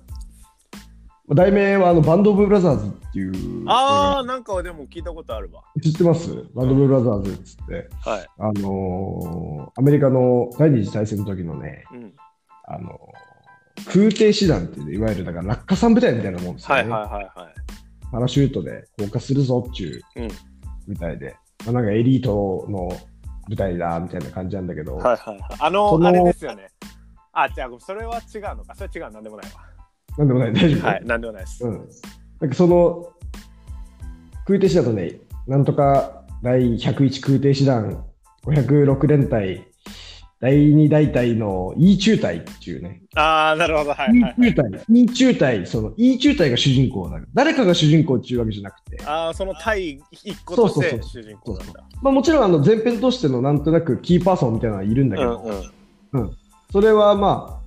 題名はあのバンド・オブ・ブラザーズっていう映
うん、ああ、
画。
なんかでも聞いたことあるわ。
知ってますバンド・オブ・ブラザーズっつって、
はい。
あのーアメリカの第二次大戦の時のね、
うん、
あのー空挺師団っていう、いわゆるだから落下傘部隊みたいなもんですよ
は
ね。
いはいはいはい。
パラシュートで降下するぞっちゅう
うん
みたいで、まあ、なんかエリートの舞台だみたいな感じなんだけど、
はいはいはい、あ
そ
の、
の
あれですよね。あ、じゃあ、それは違うのか。それは違う、なんでもないわ。
なんでもない、大丈夫、
はい、なんでもないです。
うん、なんかその空挺師団とね、なんとか第101空挺師団506連隊第2大隊の E 中隊っていうね、
ああ、なるほど。はいはい、は
E
い。
中隊、E 中隊、その E 中隊が主人公だ誰かが主人公っていうわけじゃなくて、
ああ、その対一個とし
そう
て
そうそ
主人公なんだ。
まあ、もちろんあの前編としてのなんとなくキーパーソンみたいなのはいるんだけど、
うんうん。
それはま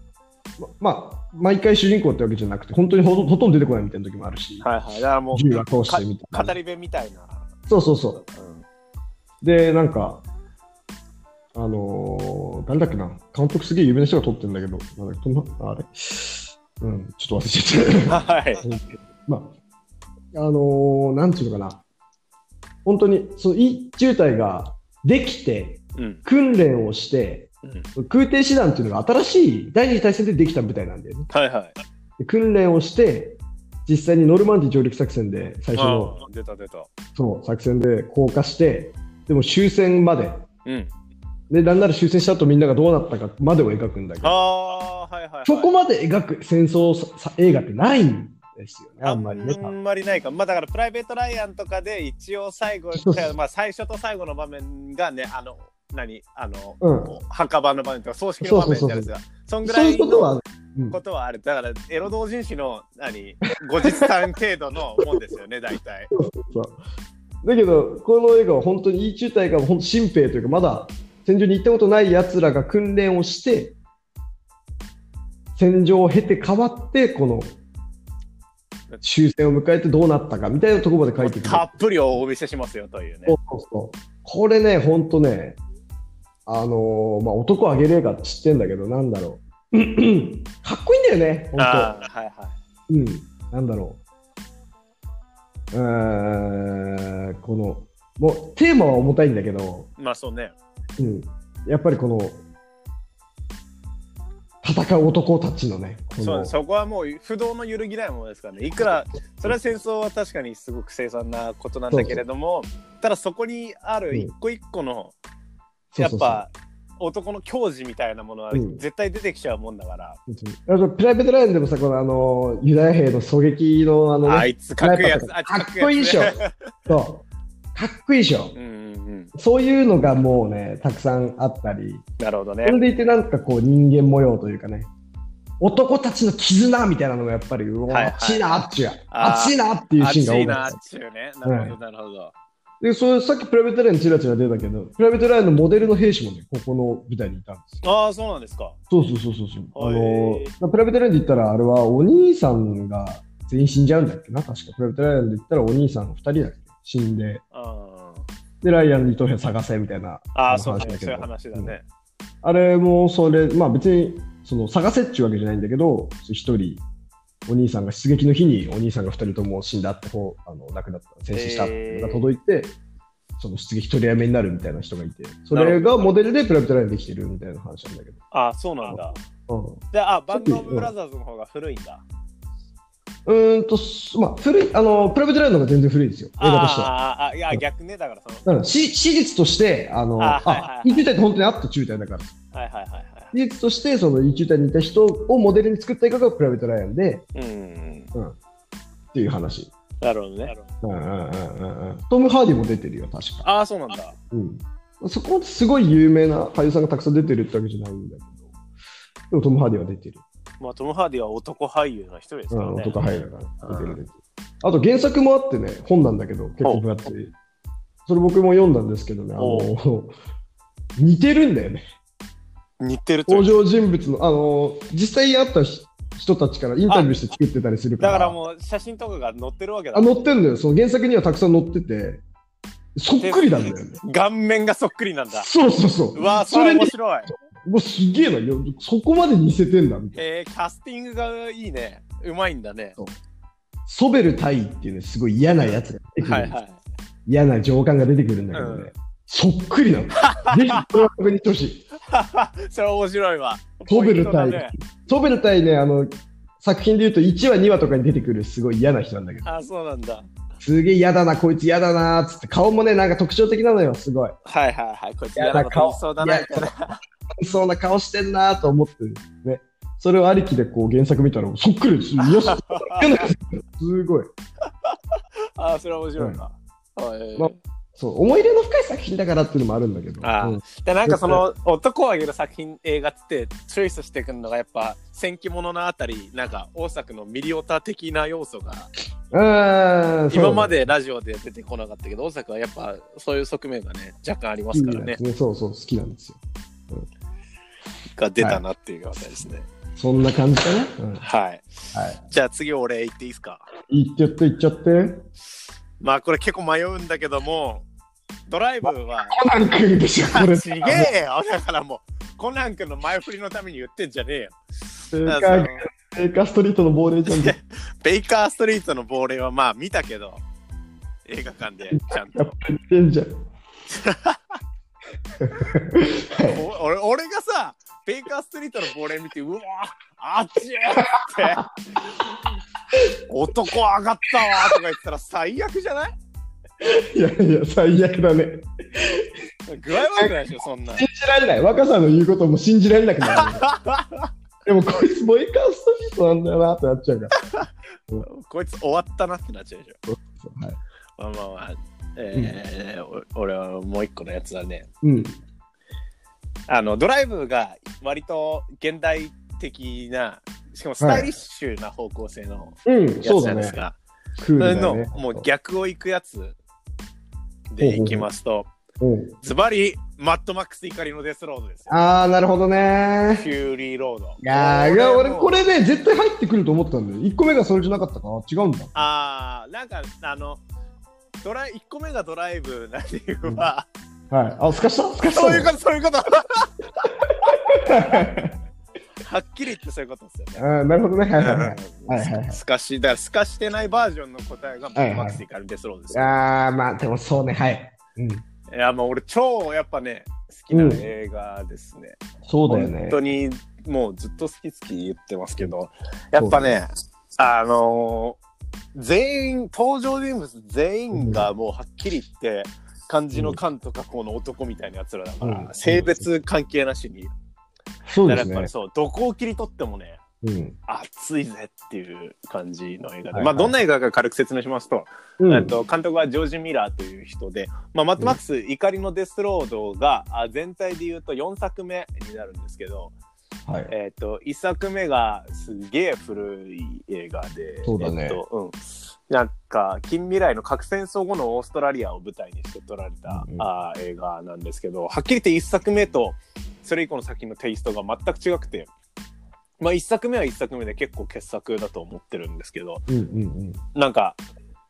あ、ままあ、毎回主人公ってわけじゃなくて、本当にほとほとんど出てこないみたいな時もあるし、
はいはい。だからもう、
銃は通してみたいな。
語り部みたいな。
そうそうそう
うん
う。で、なんか、あのー、誰だっけな、監督すげえ有名な人が撮ってるんだけど、なんだっけどんなあれ、うん、ちょっと忘れちゃった。
はい。
まあ、あのー、なんていうのかな、本当に、その一中隊ができて、
うん。
訓練をして、
うん
空挺師団っていうのが新しい第二次大戦でできた部隊なんだよね。
はいはい。
で訓練をして実際にノルマンディ上陸作戦で最初の
あ出た出た。
そう作戦で降下してでも終戦まで
うん。
で、なんなら終戦した後みんながどうなったかまでを描くんだけど、
ああー、はいはい、はい。
そこまで描く戦争ささ映画ってないんですよね、あんまりね。
あんまりないか。まあだからプライベート・ライアンとかで一応
(laughs)
最後
そうそう、
まあ最初と最後の場面がね、あの、何あの、
うん
墓場の場面とか葬式の場面じゃないですか。そんぐ
そ
ら
う
い
いうことは、うん
ことはある。だからエロ同人誌の何後日談程度のもんですよね、大体。
そうだけど、この映画は本当に E 中隊が本当新兵というか、まだ戦場に行ったことないやつらが訓練をして、戦場を経て変わって、この終戦を迎えてどうなったかみたいなところまで書いてくる。
たっぷりお見せしますよというね
そ。うそうそうこれね、本当ね、あのーまあ、男あげねえかって知ってんだけど、なんだろう。 (clears throat) かっこいいんだよね、本
あーはいはい。
当。うん、なんだろう。うーん、この、もうテーマは重たいんだけど、
まあそうね。
うん、やっぱりこの、戦う男たちのね、こ
そう
の
そこはもう不動の揺るぎないものですからねいくらそれは戦争は確かにすごく凄惨なことなんだけれどもただそこにある一個一個の、
そう
や
そうそ
っ
う
ぱ男の矜持みたいなものは
うん
絶対出てきちゃうもんだから、
あのプライベートライアンでもさ、このあのユダヤ兵の狙撃のあの、
あ
ね、
いつかっこいいやつ
か
あ
っ
つか
こいいでしょ
やつね
そうかっこいいでしょ。
うんうんうん
そういうのがもうね、たくさんあったり、
なるほどね
それでいてなんかこう人間模様というかね、男たちの絆みたいなのがやっぱり、う
はい
わ、
はい
熱いなっていう、
あー
熱いなっていうシーンが
熱
多い
い
んで
なっ
すよ
ちゅうねなるほどなるほど、
で、そういうさっきプライベートライアンちらちら出たけど、プライベートライアンのモデルの兵士もね、ここの舞台にいたんですよ。
ああそうなんですか
そうそうそうそうそう。あの
へー
まあプライベートライアンで言ったら、あれはお兄さんが全員死んじゃうんだっけな、確か。プライベートライアンで言ったらお兄さん2人だっけ死んで、
あ
で、ライアンに伊藤兵探せみたいな
あー
の
そう
話だ
ね
け
そう
ど
いう話だね、
あれもそれ、まあ別にその探せっちゅうわけじゃないんだけど、一人、お兄さんが出撃の日にお兄さんが二人とも死んだって方、あの亡くなった、戦死したっていうのが届いて、その出撃取りやめになるみたいな人がいて、それがモデルでプライベートライアンできてるみたいな話なんだけ
ああそうなんだ
ど。
であバンド・オブ・ブラザーズの方が古いんだ
うん、うーんと、すまあ古い、あの、プライベートライアンの方が全然古いですよ、映画としては。
あーあーあーいや逆ねだからその
だからし史実として、あの、
あ
あ、
はいはいはい
一中隊って本当にあった中隊だから、
はいはいはいは
史実として、その一中隊にいた人をモデルに作った映画がプライベートライアンで、
い。うん。
っていう話。
なるほどね。
うんうんうんうんうんトム・ハーディも出てるよ、確か。
ああ、そうなんだ。
うん、そこ、すごい有名な俳優さんがたくさん出てるってわけじゃないんだけど、でもトム・ハーディは出てる。
まあ、トム・ハーディは男俳優の一人です
う
から
ん、
ね。
男俳優だから出てる出てる。あと原作もあってね、本なんだけど、結構分厚い。それ僕も読んだんですけどね、あの似てるんだよね。
似てるという
登場人物の、あの、実際に会ったひ人たちからインタビューして作ってたりするか
だ
ら。
からもう写真とかが載ってるわけだ
あ。載ってんだよ、その原作にはたくさん載ってて、そっくりなんだよね。
顔面がそっくりなんだ。
そうそうそう。
うわあ、そ
そ
れ
れに
面白い。
もうすげえなよ、そこまで似せてんだみたいな。
えー、キャスティングがいいね。うまいんだね。
ソベル大尉っていうね、すごい嫌なやつが出てくる、
はいはい。
嫌な上官が出てくるんだけどね、
うん
そっくり
(laughs)
なの。ぜひ、これは確認してほしい。
それは面白いわ。
飛べる
ポイントだね
ソベル大尉ね、あの、作品で言うと1話、2話とかに出てくるすごい嫌な人なんだけど、
ああ、そうなんだ。
すげえ嫌だな、こいつ嫌だなーっつって、顔もね、なんか特徴的なのよ、すごい。
はいはいはい。こいつ
や
嫌なこと言いそうだな。
いやそうな顔してんなーと思って、ね、それをありきでこう原作見たら、そっくりです。よし、すごい。
ああ、それは面白いわ。はい
まあそう思い入れの深い作品だからっていうのもあるんだけど、
あー
うん
でなんかその男をあげる作品映画っつってチョイスしてくるのがやっぱ戦記もののあたりなんか大作のミリオタ的な要素が
あーそう
今までラジオで出てこなかったけど大作はやっぱそういう側面がね若干ありま
いい
す
ん
か
じゃ
ら
ないで
ね
すねそうそう好きなんですよ
が出たなっていう話ですね
そんな感じかな、うんは
はい、
い
じゃあ次俺言っていいですか
言っちゃって言っちゃって
まあこれ結構迷うんだけどもドライブは
コナン君でしょこれ
ちげえよだからもうコナン君の前振りのために言ってんじゃねえよ
ベ
だ
ー
か
カ
ら
ー
その
ベーカーストリートの亡霊ちゃんで
ベイカーストリートの亡霊はまあ見たけど映画館でちゃん
やっ
と
ぱ言ってんじゃん
お俺俺がさベイカーストリートの亡霊見てうわあっちって男上がったわとか言ってたら最悪じゃない
いやいや、最悪だね。
具合悪くないでしょ、そんな。
信じられない。若さんの言うことも信じられなくなる。でもこいつもう一回ストリートなんだよなってなっちゃうから。
こいつ終わったなってなっちゃうでし
そうはい、
ょ。まあまあまあ。えーお俺はもう一個のやつだね。
うん。
あの、ドライブが割と現代的な、しかもスタイリッシュな方向性の
うん、そ
やつ
う
じゃ
だ
ないです
ね。
か。
クー
それ
ルだ
の、
ね。
もう逆を行くやつでいきますと、
うん、
ズバリ、マッドマックス怒りのデスロードですよ。
あー、なるほどね。
フューリーロード。
いやーいや俺、
も
これね、絶対入ってくると思ってたんだよ。1個目がそれじゃなかったかな。違うんだ。
あー、なんか、あの、ドライ1個目がドライブな理由は、
はい。あ、すかしたすかした
そういうこと、そういうこと、はっきり言ってそういうことですよね。
あーなるほどね。はいはいはい。はいはいはい
すかし、だからすかしてないバージョンの答えがマッドマックス怒りのデスロードですよ。
あー、まあ、でもそうね、はい。うん、
いや、もう俺、超やっぱね、好きな映画ですね。
そうだよ
本
ね。
当にもうずっと好き好き言ってますけどやっぱねあのー全員登場人物全員がもうはっきり言って漢字の漢とかこの男みたいなやつらだから、
うん
性別関係なしに、
そう
だ
で
から
す
やっぱ
ね
り。そうどこを切り取ってもね
うん
熱いぜっていう感じの映
は
画で、
いはい
まあどんな映画か軽く説明しますと,、
うん
えっと監督はジョージ・ミラーという人で、まあ、マットマックス、怒りのデスロードがあ全体で言うと4作目になるんですけど、
はい。
えっ、と、一作目がすげえ古い映画で、
そうだね
えっとうん、なんか、近未来の核戦争後のオーストラリアを舞台にして撮られた、
うんうん
あー映画なんですけど、はっきり言って一作目とそれ以降の作品のテイストが全く違くて、まあ一作目は一作目で結構傑作だと思ってるんですけど、
うんうん
なんか、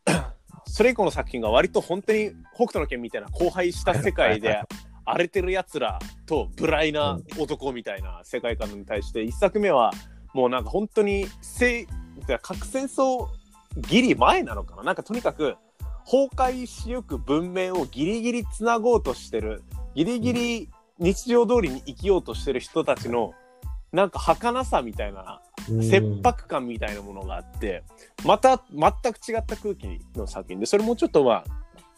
(clears throat) それ以降の作品が割と本当に北斗の拳みたいな荒廃した世界で荒れてるやつらと無頼な男みたいな世界観に対して一作目はもうなんか本当にせい核戦争ギリ前なのかななんかとにかく崩壊しゆく文明をギリギリつなごうとしてるギリギリ日常通りに生きようとしてる人たちのなんか儚さみたいな
うん。
切迫感みたいなものがあってまた全く違った空気の作品でそれもちょっとまあ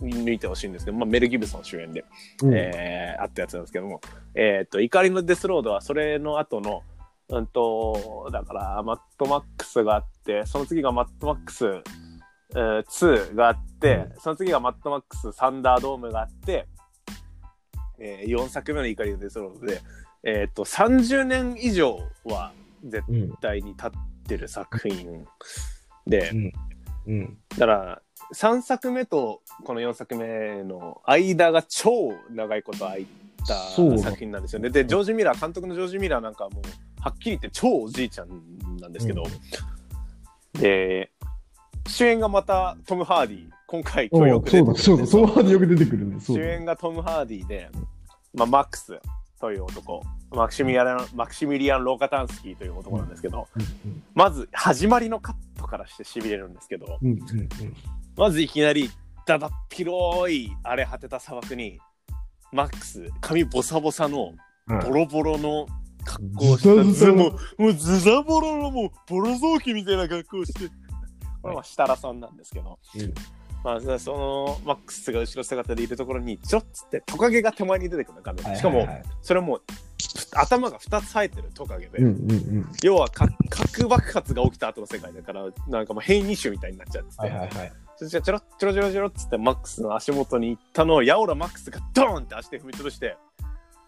見てほしいんですけど、まあ、メル・ギブソン主演で、
うん。
えーあったやつなんですけども、えー、と怒りのデスロードはそれの後のうんとだからマットマックスがあってその次がマットマックス、えー2があってその次がマットマックスサンダードームがあって、え4作目の怒りのデスロードで、えー、と30年以上は絶対
うん
題に立ってる作品で
うん。
だから3作目とこの4作目の間が超長いこと空いた
そう
作品なんですよね。でジョージ・ミラー監督のジョージ・ミラーなんかはもうはっきり言って超おじいちゃんなんですけど、で主演がまたトム・ハーディ今回今日よ
お
く出て
そう
くるん
だ、
ですけ
そう
ど
だ、そのまでよく出てくるね。そう
主
だ
演がトム・ハーディで、まあ、マックスという男マクシミリアン・マクシミリアン・ローカタンスキーという男なんですけど、
うん
まず始まりのカットからしてしびれるんですけど
うんうんうん
まずいきなりだだっ広い荒れ果てた砂漠にマックス髪ボサボサの
うん
ボロボロの格好をし
ズザ
た
ズザ
もうもうズザボロのもうボロ雑巾みたいな格好をしてこれは設楽さんなんですけど、
うん
まあ、そのマックスが後ろ姿でいるところにちょっつってトカゲが手前に出てくるの画面しか
はい
も
はいはい
それもう頭が2つ生えてるトカゲで。
うんうんうん。
要は核核爆発が起きた後の世界だからなんかもう変異種みたいになっちゃってて、
はいはいはい。
そしたらチョロチョロチョロチョロっつってマックスの足元に行ったのをヤオラマックスがドーンって足で踏み潰して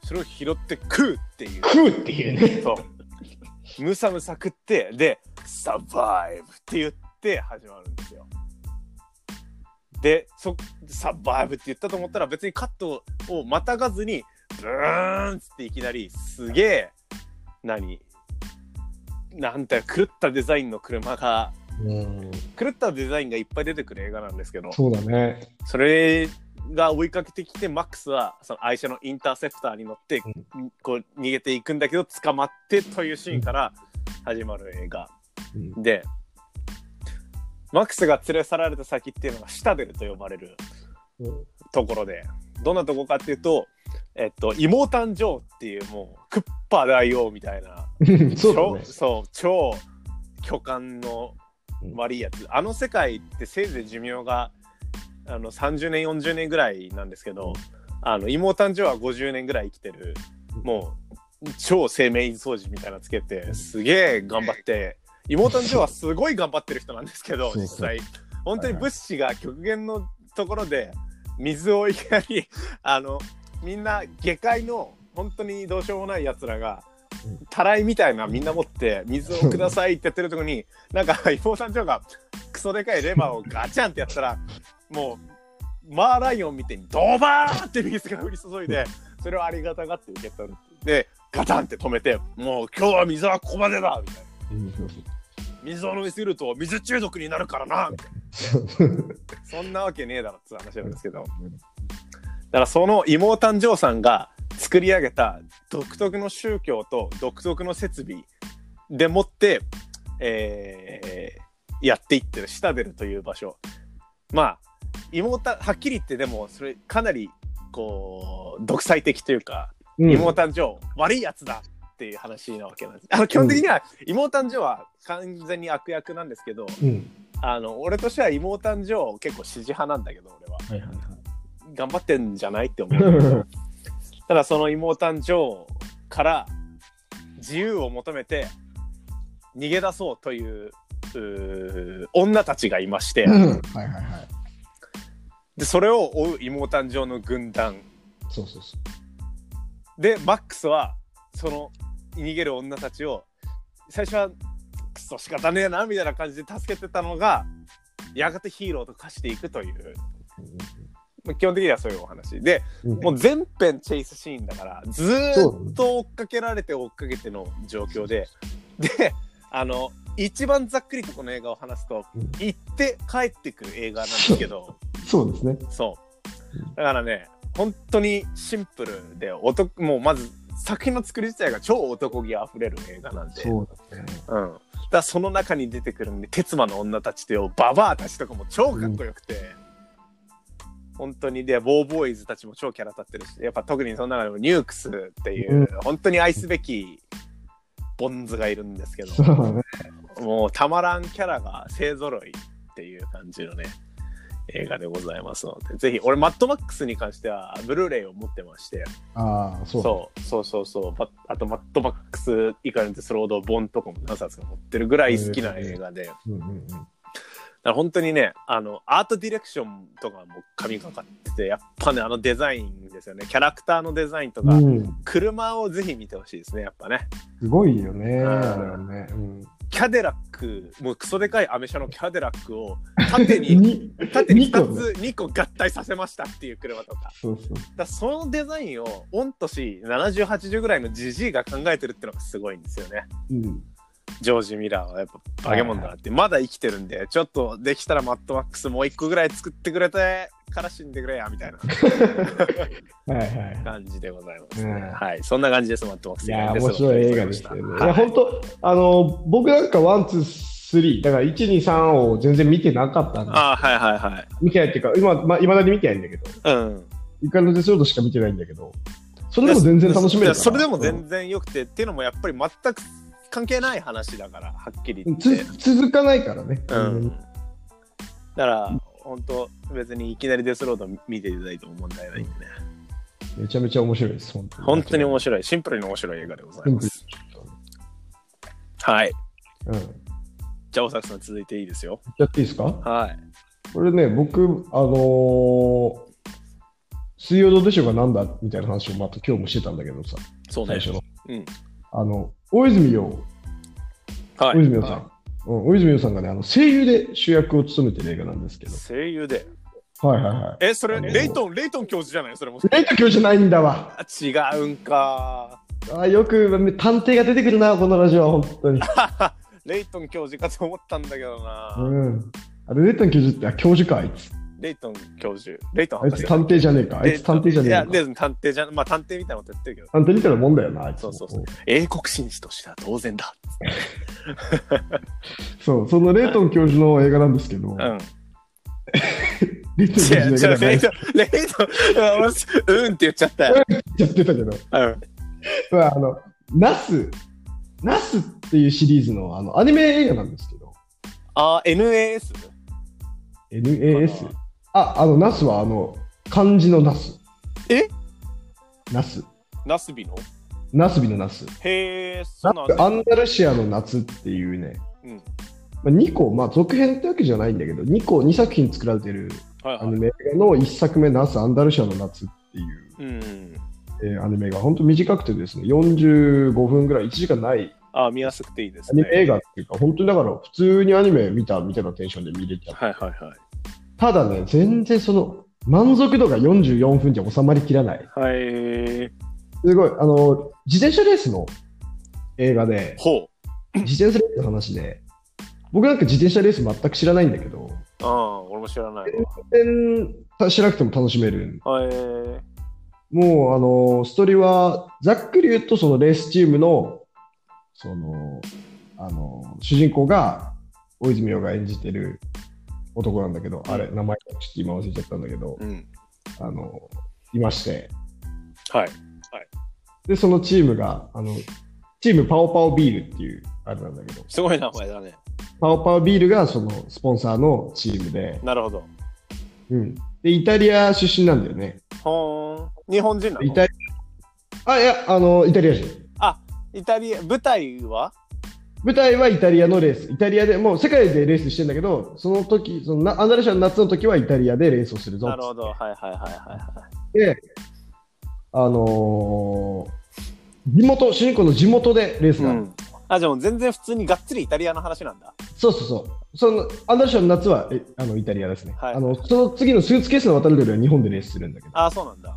それを拾って食うっていう
食うっていうね。
そうむさむさ食ってで「サバイブ」って言って始まるんですよでそサバイブって言ったと思ったら別にカットをまたがずにブーンっつっていきなりすげえ何なんて狂ったデザインの車が
うん。
狂ったデザインがいっぱい出てくる映画なんですけど
そうだね。
それが追いかけてきてマックスはその愛車のインターセプターに乗って、こう逃げていくんだけど捕まってというシーンから始まる映画
うん
でマックスが連れ去られた先っていうのがシタデルと呼ばれるところでどんなとこかっていうと、えっと、妹誕生っていうもうクッパ大王みたいな
うんそうだね
超。そう超巨漢の悪いやつ、あの世界ってせいぜい寿命が
あの30年40年ぐらいなんですけどあの妹誕生は50年ぐらい生きてるもう超生命維持掃除みたいなのつけてすげえ頑張って妹誕生はすごい頑張ってる人なんですけど
そう
実際本当に物資が極限のところで水をいきな (laughs) りあのみんな下界の本当にどうしようもないやつらが
うん
たらいみたいなみんな持って水をくださいってやってるとこになんか妹さん長がクソでかいレバーをガチャンってやったらもうマーライオンみたいにドバーって水が降り注いでそれをありがたがって受け取るでガタンって止めてもう今日は水はここまでだみたいな水を飲みすぎると水中毒になるからなみたいなそんなわけねえだろって話なんですけどだからその妹誕生さんが作り上げた独特の宗教と独特の設備でもって、えーやっていってるシタベルという場所まあ妹はっきり言ってでもそれかなりこう独裁的というか
うん
妹誕生、悪いやつだっていう話なわけなんですあの基本的には妹誕生は完全に悪役なんですけど
うん。
あの俺としては妹誕生結構支持派なんだけど俺は
はいはいはい。
頑張ってんじゃないって思うただその妹誕生から自由を求めて逃げ出そうといううー女たちがいまして
うんはいはいはい。
でそれを追う妹誕生の軍団
そうそうそ
でマックスはその逃げる女たちを最初はクソ仕方ねえなみたいな感じで助けてたのがやがてヒーローと化していくというまあ基本的にはそういうお話で
う。うん
もう全編チェイスシーンだからずーっと追っかけられて追っかけての状況でであの一番ざっくりとこの映画を話すと
うん
行って帰ってくる映画なんですけど。
そうですね。
そう。だからね、本当にシンプルで、男もうまず作品の作り自体が超男気あふれる映画なんで、うん。
そうだね。
だからその中に出てくるんで、鉄馬の女たちというババアたちとかも超かっこよくて、本当にで、ボーボーイズたちも超キャラ立ってるし、やっぱ特にその中でもニュークスっていう、
うん
本当に愛すべきボンズがいるんですけど、
そうだね。
もうたまらんキャラが勢ぞろいっていう感じのね、映画でございますので、ぜひ、俺、マッドマックスに関しては、ブルーレイを持ってまして、
ああ、そ
そううそうそうそうパあと、マッドマックス以下にスロード本とかも何冊か持ってるぐらい好きな映画で、だか
うんうんうん。
ら本当にね、あの、アートディレクションとかも神がかってて、やっぱね、あのデザインですよね、キャラクターのデザインとか、
うん、
車をぜひ見てほしいですね、やっぱね。
すごいよね。
うん
あれはねうん
キャデラック、もうクソでかいアメ車のキャデラックを縦に
に
縦に
二個
2つ2個合体させましたっていう車とかだか
そうそう。
らそのデザインを御年7080ぐらいのジジイが考えてるってのがすごいんですよね
うん。
ジョージ・ミラーはやっぱバケモンだなってまだ生きてるんでちょっとできたらマッドマックスもう1個ぐらい作ってくれてから死んでくれやみたいな
はいはい。
感じでございますね、
うん
はいそんな感じですマッドマックス
いやー、面白い映画でしたよね。いや、
はい
本当あの、僕なんかワン、ツー、スリー、だから1、2、3を全然見てなかったんで、
ああはいはいはい
見てないっていうか、今、まあ、未だに見てないんだけど、
うん
一回のデスロードしか見てないんだけど、それでも全然楽しめるか
いや
ら。
それでも全然よくて、っていうのもやっぱり全く関係ない話だからはっきり
う
言
ん
って
つ続かないからね。
うん、だから本当別にいきなりデスロード見ていただいても問題ないんでね
めちゃめちゃ面白いです、本当に。
本当に面白いシンプルに面白い映画でございますはい
うん。やっ
じゃあ大崎さん続いていいですよ
ちゃっていいですか
はい
これね、僕、あのー水曜どうでしょうがなんだみたいな話をまた今日もしてたんだけどさ、
そう
最
ね
初の。
うん
あの、大泉洋、
は
大
い
泉洋さん。うん、大泉洋さんがね、あの声優で主役を務めてる映画なんですけど。
声優で
はいはいはい。
えそれ
あの
レイトンレイトン教授じゃないそれも
レイト教じゃないんだわ。
あ違うんか
あーよく探偵が出てくるな、このラジオは、本当に。
レイトン教授かと思ったんだけどな、
うん。あれ、レイトン教授って、あ、教授か、あいつ。
レイトン教授レイトン
あい
博
つ
士
探偵じゃねえか。あいつ探偵じゃねえ
いや
か。
で探偵じゃまあ探偵みたいなこと言ってるけど
探偵みたいなもんだよな、あいつ。
そうそうそう英国紳士としては当然だ
そうそのレイトン教授の映画なんですけど、 (laughs)
うん
レイトン教
違
授
う
の映画
(laughs) 違う、
じゃない
レイ
って
ト、レイト、俺うんって言っちゃったよ。
言ってたけど、
うん。
まあ、あの、ナス、ナスっていうシリーズのあのアニメ映画なんですけど、
あ、NAS?
NAS
か。
あ、あの、ナスは、あの、漢字のナス。
え
ナス。
ナスビの
ナスビのナス。
へえ、そ
ナ
うな
ス
んだ。
アンダルシアの夏っていうね、
うん。
まあ、2個、まあ、続編ってわけじゃないんだけど、2個、2作品作られてる
はい
ア
はい。
ニメ映画の1作目、ナスアンダルシアの夏っていう。
うん。
えーアニメが本当短くてですね、45分ぐらい、1時間ない
あ、見やすくていいで
ア
す
ニ
ね
メ。映画っていうか、本当にだから普通にアニメ見たみたいなテンションで見れちゃう。
はいはいはい。
ただね、全然その満足度が44分じゃ収まりきらない。
はい。
すごい、あの、自転車レースの映画で、
ほ
自転車レースの話で、僕なんか自転車レース全く知らないんだけど、
う。うん、俺も知らない
全然知らなくても楽しめる。
わ。はい。
もう、あの、ストーリーは、ざっくり言うと、そのレースチームの、その、あの、主人公が、大泉洋が演じてる男なんだけど、あれ、名前、ちょっと今忘れちゃったんだけど、
うん。
あの、いまして、
はい。
で、そのチームが、あの、チームパオパオビールっていう、あれなんだけど、
すごい名前だね。
パオパオビールが、その、スポンサーのチームで、
なるほど。
うん。で、イタリア出身なんだよね。
ほーん。日本人なの
イタリア、あ、いや、あの、イタリア人。
イタリア、舞台は
舞台はイタリアのレース。イタリアでもう世界でレースしてんだけど、その時、そのなアンダルシアの夏の時はイタリアでレースをするぞ
なるほ
っ
ど。はいはいはいは
てって、あのー地元、主人公の地元でレース
い
が
は
あ
い。
る。
うん。あ、じゃあもう全然普通にがっつりイタリアの話なんだ。
そうそうそう。そのアンダルシアの夏はえあのイタリアですね、
はい
あの。その次のスーツケースの渡るよりは日本でレースするんだけど、
あ、そうなんだ。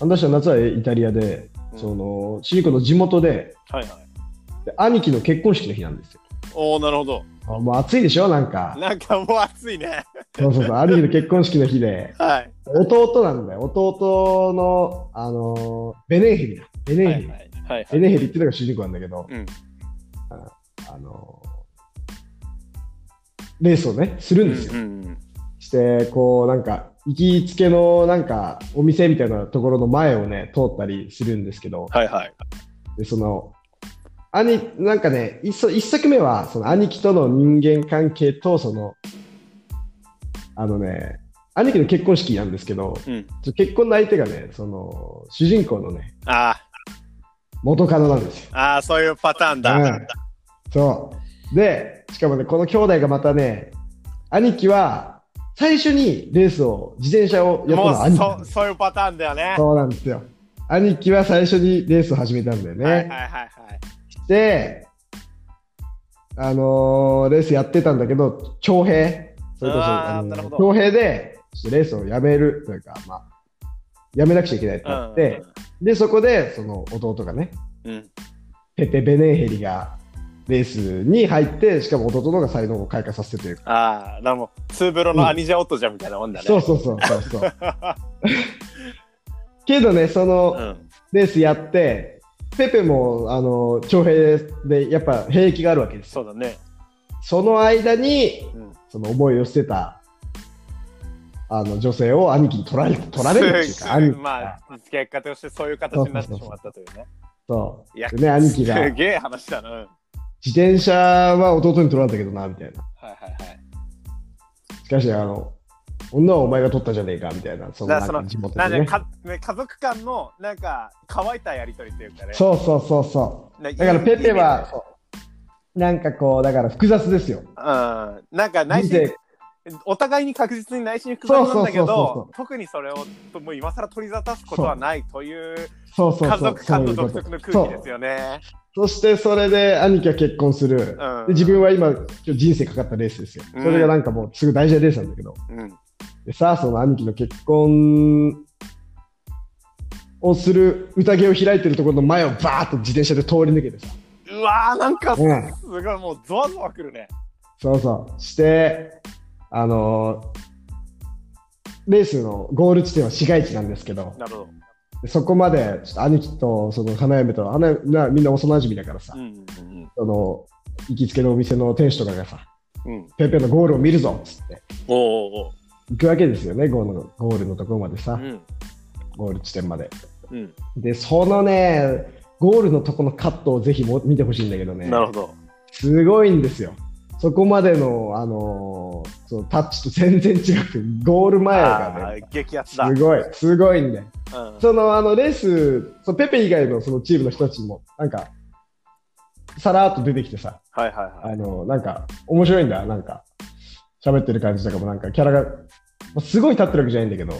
アンダルシアの夏はえイタリアで、
うん
その主人公の地元で
はいはい。
で、兄貴の結婚式の日なんですよ。
おおなるほど。
あもう暑いでしょ、なんか。
なんかもう暑いね。
そうそうそう、兄貴の結婚式の日で。
はい。
弟なんだよ。弟の、あのーベネーヘリだ。ベネー
は
ヘ
い
リ。
はい。はいは
ベ
い。
ネーヘリっていうのが主人公なんだけど、
うん。
あのーレースをね、するんですよ。
うん
して、こう、なんか、行きつけの、なんか、お店みたいなところの前をね、通ったりするんですけど、
はいはい。
で、その、兄、なんかね、一そ一作目は、その兄貴との人間関係と、その、あのね、兄貴の結婚式なんですけど、
うん。
ちょ結婚の相手がね、その、主人公のね、
あ
元カノなんですよ。
ーあー、そういうパターンだ。
うんそう。で、しかもね、この兄弟がまたね、兄貴は、最初にレースを、自転車をやったの
も
は
う
兄貴なん
そ
です
そういうパターンだよね。
そうなんですよ。兄貴は最初にレースを始めたんだよね。
はいはいはいはい。
で、あのーレースやってたんだけど、徴兵、それこそ、
あ
の
ーなるほど
徴兵で、ちょっとレースをやめるというか、まあ、やめなくちゃいけないってなって、で、そこで、その弟がね、
うんうん
ペペ・ベネンヘリがレースに入って、しかも弟の方が才能を開花させてというか、
ああ、なるほど。ツーブロのアニジャオットじゃみたいなもんだね。
そうそうそうそう
(laughs)
そうけどね、その
ん。
レースやって、ペペもあの徴兵でやっぱ兵役があるわけですよ。
そうだね。
その間に
うん
その思いを捨てたあの女性を兄貴に取ら
(laughs)
れ取られるっていうか、兄貴
ま
が
あ、結果としてそういう形になってしまったというね。
そう
いや
でね兄貴が
すげえ話だな。うん。はい
自転車は弟に取られたけどなみたいな。
はいはい。
しかしあの女はお前が取ったじゃねえかみたいな、そ
だ
の
か
な
ら
ん
そ
か
の、
地元
なん
で、
で
ね。
か、ね、家族間の、なんか、乾いたやりとりというかね。
そうそうそうそう。
だ
だからペペは、そうなんかこう、だから複雑ですよ。
うん、なんか内
人
心
生、
お互いに確実に内心複雑なんだけ
そうそうそうそうそ
ど
う、
特にそれをともう今更取り沙汰すことはないという
そうそうそう。
家族間の独
そういう
特の
こと
空気ですよ
そう
ね。
そしてそれで兄貴は結婚する。
うん
で自分は今、今日人生かかったレースですよ。そ
うん
れがなんかもうすぐ大事なレースなんだけど。
うん、
でさあ、その兄貴の結婚をする宴を開いてるところの前をバーッと自転車で通り抜け
(laughs)
てさ。
うわー、なんかす
うん
すごいもうゾワゾワくるね。
そうそう。して、あのーレースのゴール地点は市街地なんですけど。
なるほど。
でそこまで、ちょっと兄貴とその花嫁と、花嫁なみんな幼馴染だからさ、
うんうん
その行きつけのお店の店主とかがさ、
うんうん。
ペーペーのゴールを見るぞっつって、
おうおう
行くわけですよね、ゴールのゴールのところまで
おう。
さ
う、ん
ゴール地点まで。
うん。
で、そのね、ゴールのとこのカットをぜひも見てほしいんだけどね、
なるほど。
すごいんですよ。そこまでの、あののそのタッチと全然違くて、ゴール前が
あ
ね、
ー激アツ
す
だ。
ごい、すごいんだよ。
うん
そのあのレース、そのペペ以外のそのチームの人たちも、なんか、さらっと出てきてさ、
はいはいは
あ
い。
の、なんか、面白いんだ、なんか、喋ってる感じとかも、なんか、キャラが、まあすごい立ってるわけじゃないんだけど、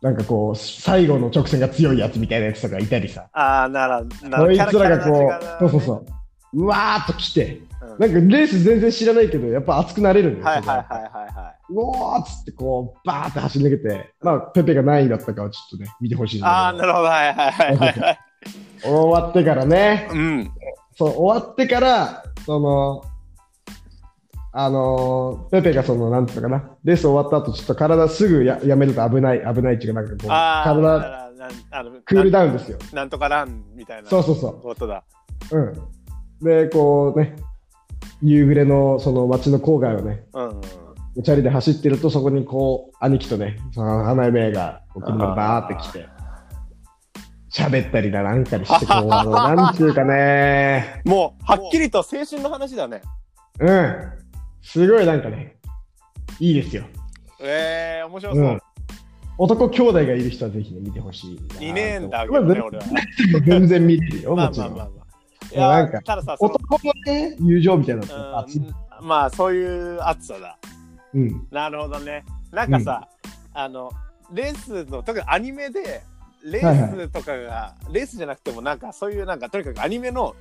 なんかこう、最後の直線が強いやつみたいなやつとかいたりさ、
ああ、なら、な
そいつらがこう、そうそうそ
う。
う、うわーっと来て、
うん
なんかレース全然知らないけど、やっぱ熱くなれるんだよ。
はいはい
それ
は
が
いはいは
うおーっつってこう、バーって走り抜けて、まあ、ペペが何位だったかはちょっとね、見てほしい
い。
ん
ああ、
だ
なるほど。はいはいはいはいはい。
けど、終わってからね、
うん。
そう、終わってから、その、あのーペペがその、なんていうのかな、レース終わった後、ちょっと体すぐややめると危ない、危ないっていうか、なんかこう、
ああ、
(laughs) 体、
ならなんあの
クールダウンですよ。
なんとかランみたいな
そう
こ
そうそ
とだ。
う。うん。で、こうね、夕暮れのその街の郊外をね、
うんうん。
チャリで走ってると、そこにこう、兄貴とね、その花嫁が、こう車でバーって来て、喋ったりだなんかにして、こう、あの、なんていうかね、
もう、はっきりと青春の話だね。
うん。すごいなんかね、いいですよ。
ええ、面白
う。。
そうん
男兄弟がいる人はぜひね、見てほしいな。
いねえんだけ
まあ
どね、
全
俺は。
然全然見れるよ、
(laughs) ま
も
あ
ち
まあ
ろ
まあ
ん。
まあ。い
もうな
や
んか
たださ、その
男のね、友情みたいなのが熱い。
うん、まあそういう暑さだ。
うん。
なるほどね。なんかさ、あのレースの特にアニメでレースとかが、レースじゃなくてもなんかそういうなんかとにかくアニメの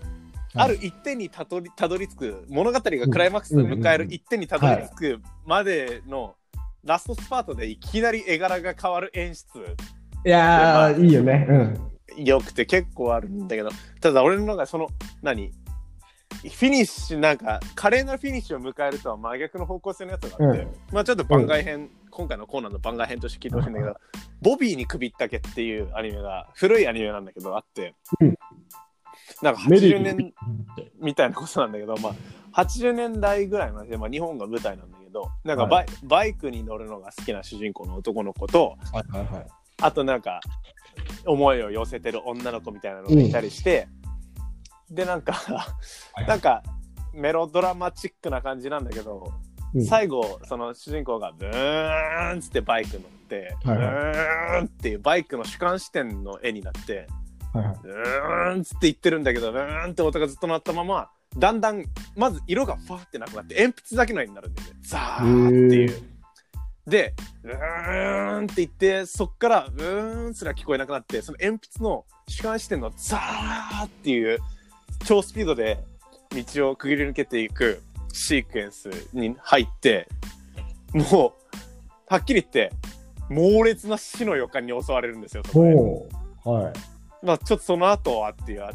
ある一点にたどりたどり着く物語がクライマックスを迎える一点にたどり着くまでのラストスパートでいきなり絵柄が変わる演出
いやー、いいよね。うん。
よくて結構あるんだけどただ俺の中でその何フィニッシュなんか華麗なフィニッシュを迎えるとは真逆の方向性のやつがあって、
うん
まあちょっと番外編、今回のコーナーの番外編として聞いてほしいんだけど「ボビーに首ったけ」っていうアニメが古いアニメなんだけどあって、
うん
なんか
メリ
80
ー
年みたいなことなんだけど、まあ、80年代ぐらいまで、まあ、日本が舞台なんだけどなんかバイ,、バイクに乗るのが好きな主人公の男の子と、
はいはいはい。
あとなんか思いを寄せてる女の子みたいなのがいたりして、でなんか (laughs)
はい
なんかメロドラマチックな感じなんだけど、
うん
最後その主人公がブーンっつってバイク乗って、
はいはい
ブーンっていうバイクの主観視点の絵になって
はいはい。
ブーンっつって言ってるんだけどブーンって音がずっと鳴ったままだんだんまず色がファーってなくなって鉛筆だけの絵になるんだよねザーっていう。で、うーんって言って、そっから、うーんすら聞こえなくなって、その鉛筆の主観視点のザーっていう超スピードで道をくぐり抜けていくシークエンスに入って、もう、はっきり言って、猛烈な死の予感に襲われるんですよ、そこで。
ほう。はい。
まあ、ちょっとその後はっていう、あ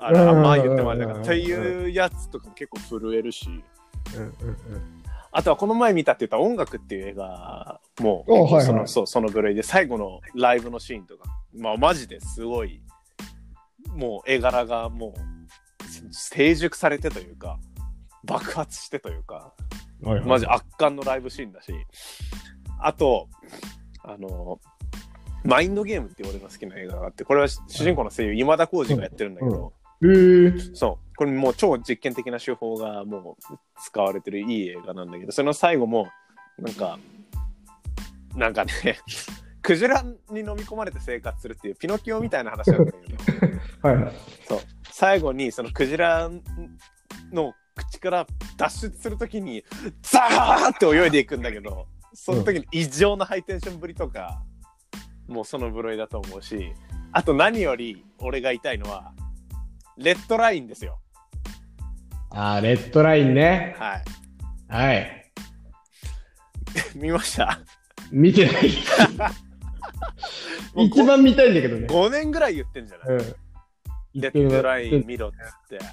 あのあんま言ってもあれだか
うん
ら、っていうやつとかも結構震えるし、
うんうんうん。
あとはこの前見たって言った「音楽」っていう映画も
おはいはい
そのそうその部類で最後のライブのシーンとか、まあ、マジですごいもう絵柄がもう成熟されてというか爆発してというか
はいはい
マジ圧巻のライブシーンだしあとあの「マインドゲーム」っていう俺の好きな映画があってこれは主人公の声優今田耕司がやってるんだけど、
うんえー
そう。これもう超実験的な手法がもう使われてるいい映画なんだけど、その最後も、なんか、なんかね、 (laughs) クジラに飲み込まれて生活するっていうピノキオみたいな話なんだけど、
はいはい。
そう。最後にそのクジラの口から脱出するときに、ザーって泳いでいくんだけど、その時に異常なハイテンションぶりとか、もうその部類だと思うし、あと何より俺が言いたいのは、レッドラインですよ。
あー、レッドラインね。
はい。
はい。
見ました。
見てない。
(laughs) もう
一番見たいんだけどね。
5年ぐらい言ってんじゃない、
うん。
レッドライン見ろっつって。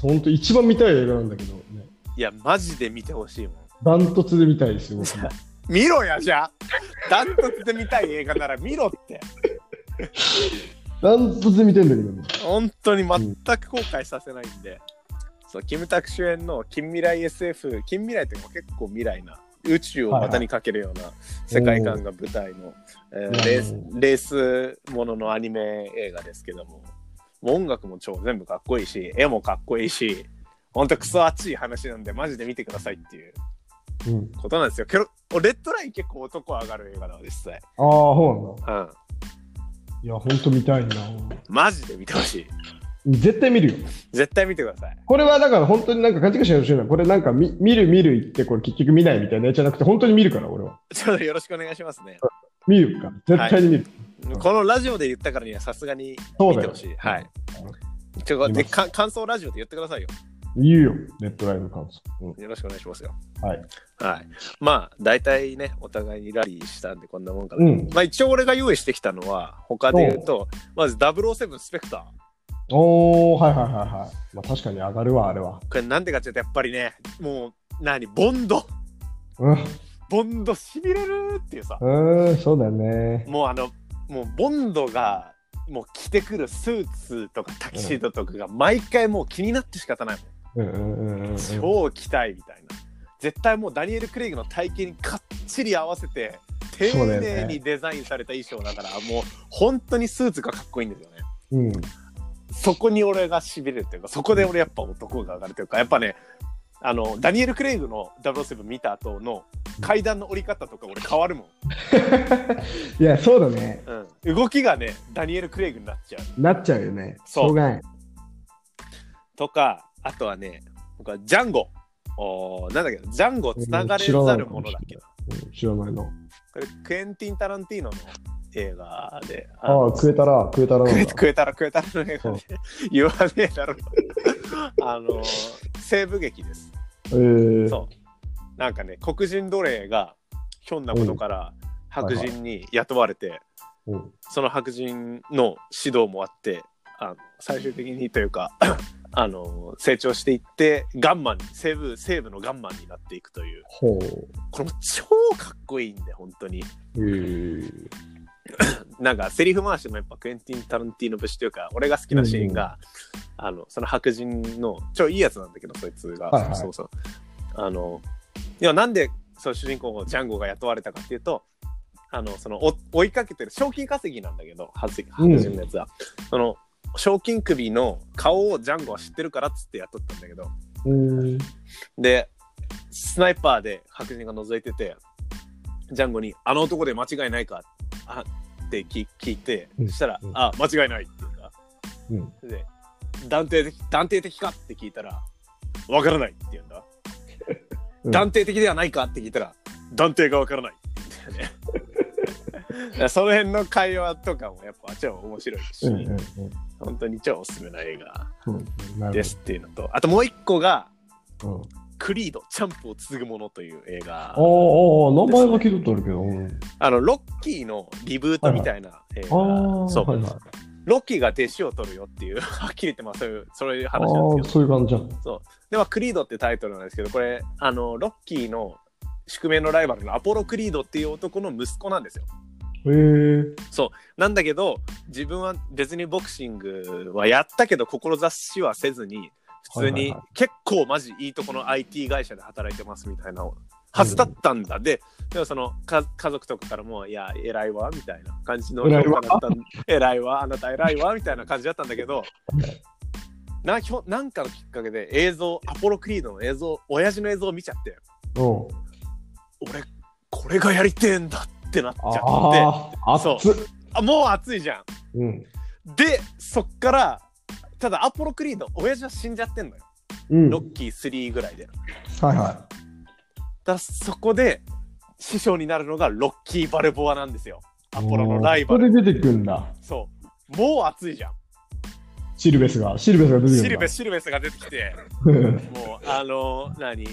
本当一番見たい映画なんだけど、ね、
いや、マジで見てほしいもん。
ダントツで見たいですよ、僕
(laughs)
も
見ろやじゃあダントツで見たい映画なら見ろって。
ダントツで見てんだけど、ね、
本当に全く後悔させないんで。そう、キムタク主演の近未来 SF、近未来っていうか結構未来な。宇宙を股にかけるような世界観が舞台の、えーレースレースもののアニメ映画ですけどももう音楽も超全部かっこいいし絵もかっこいいしほんとクソ熱い話なんでマジで見てくださいっていう
うん。
ことなんですよけどレッドライン結構男上がる映画だわ実際、
ああ、そうなんだ。
うん、
いや、ほんと見たいな。
マジで見てほしい
絶対見るよ。
絶対見てください
これはだから本当になんか勘違いしないでほしいな。これなんか見見る見る言って、これ結局見ないみたいなやつじゃなくて、本当に見るから、俺は。
ちょっとよろしくお願いしますね
見るから。絶対に見る。
このラジオで言ったからにはさすがに
そう
見
だ
て
よ
ほしい。はい。ちょでか感想ラジオで言ってくださいよ。
言うよ、ネットライブ感想。うん
よろしくお願いしますよ。
はい。
はい。まあ、大体ね、お互いにラリーしたんでこんなもんかな。
うん
まあ、一応俺が用意してきたのは、他で言うと、まず007スペクター。
おー、はいはいはいはい。まあ確かに上がるわ、あれは。
これなんでかっていうと、やっぱりね、もう、何、ボンド、
うん。
ボンドしびれるっていうさ、
うーん、そうだよね。
もうあの、もうボンドが、もう着てくるスーツとかタキシードとかが毎回もう気になって仕方ない
う
もん。
んうんうんうんうん。
超期待みたいな絶対もうダニエル・クレイグの体型にかっちり合わせて丁
そうだよね
寧にデザインされた衣装だからもう本当にスーツがかっこいいんですよね
うん。
そこに俺がしびれるというかそこで俺やっぱ男が上がるというかやっぱねあのダニエル・クレイグの007見た後の階段の降り方とか俺変わるもん、
いや、そうだね。
うん、動きがねダニエル・クレイグになっちゃう
なっちゃうよね。
そう
しょがない。
とかあとはね僕はジャンゴおーなんだっけジャンゴつながれざるものだっけな
うん知らないの。
これクエンティン・タランティーノの映画で。あ
あ
の
あ、食えたら、食えたらなんだ。
食えたら食えたらの映画で言わねえだろあの西部劇です
えー、
そうなんかね黒人奴隷がひょんなことから白人に雇われて、
うん
その白人の指導もあってあの最終的にというかあの成長していってガンマンに西部西部のガンマンになっていくという
ほう。
これも超かっこいいんで本当に
えー、
なんかセリフ回しもやっぱクエンティン・タランティーノ節というか俺が好きなシーンが、あのその白人のちょいいやつなんだけどそいつが、
はいはい
そうそうあのいやなんでその主人公のジャンゴが雇われたかっていうとあのそのお追いかけてる賞金稼ぎなんだけど白人
うん
白人のやつは、その賞金首の顔をジャンゴは知ってるからっつって雇ったんだけど
うーん。
でスナイパーで白人が覗いててジャンゴに「あの男で間違いないか?」あって聞聞いて
うん
そしたら「
うん
あ間違いない」って言うか
うん。
で「断定的断定的か?」って聞いたら「わからない」って言うんだ、
うん
断定的ではないかって聞いたら「断定が
(laughs)
わからない」って、ね、その辺の会話とかもやっぱ超面白いし、
うんうんうん。
本当に超おすすめな映画
そうな
で
る
すっていうのとあともう一個が
ほど。うん
「クリードチャンプを継ぐもの」という映画
おーおーおー名前は聞いたことあるけど。うん
あのロッキーのリブートみたいな映画、
ああ、
そう、
はいはい。
ロッキーが弟子を取るよっていうはっきり言ってますそういうそういう
ああ
話なん
ー、
ですけど
そういう感じじゃん。
でまあクリードってタイトルなんですけどこれあのロッキーの宿命のライバルのアポロ・クリードっていう男の息子なんですよ
へえ。
なんだけど自分は別にボクシングはやったけど志はせずに普通
はいはい
に
はい
結構マジいいとこの IT 会社で働いてますみたいなはずだったんだ、ででもそのか家族とかからも「いや偉いわ」みたいな感じの
偉いわ
評価だったん偉いわあなた偉いわみたいな感じだったんだけどなひょなんかのきっかけで映像アポロクリードの映像親父の映像を見ちゃって
うん。
俺これがやりてえんだってなっちゃってあ
ああ、
そう
熱っ
もう熱いじゃん
うん。
でそっからただアポロクリード親父は死んじゃってんのよ、
うん。
ロ
はい
ッキー3ぐらいでだか
は
らそこで師匠になるのがロッキー・バルボアなんですよ
い。
アポロのライバル
ル。それ出てくんだ。
そうもう熱いじゃん
シルベスが、シルベスが出てくるんだ。
シルベシルベスが出てきてもうあの何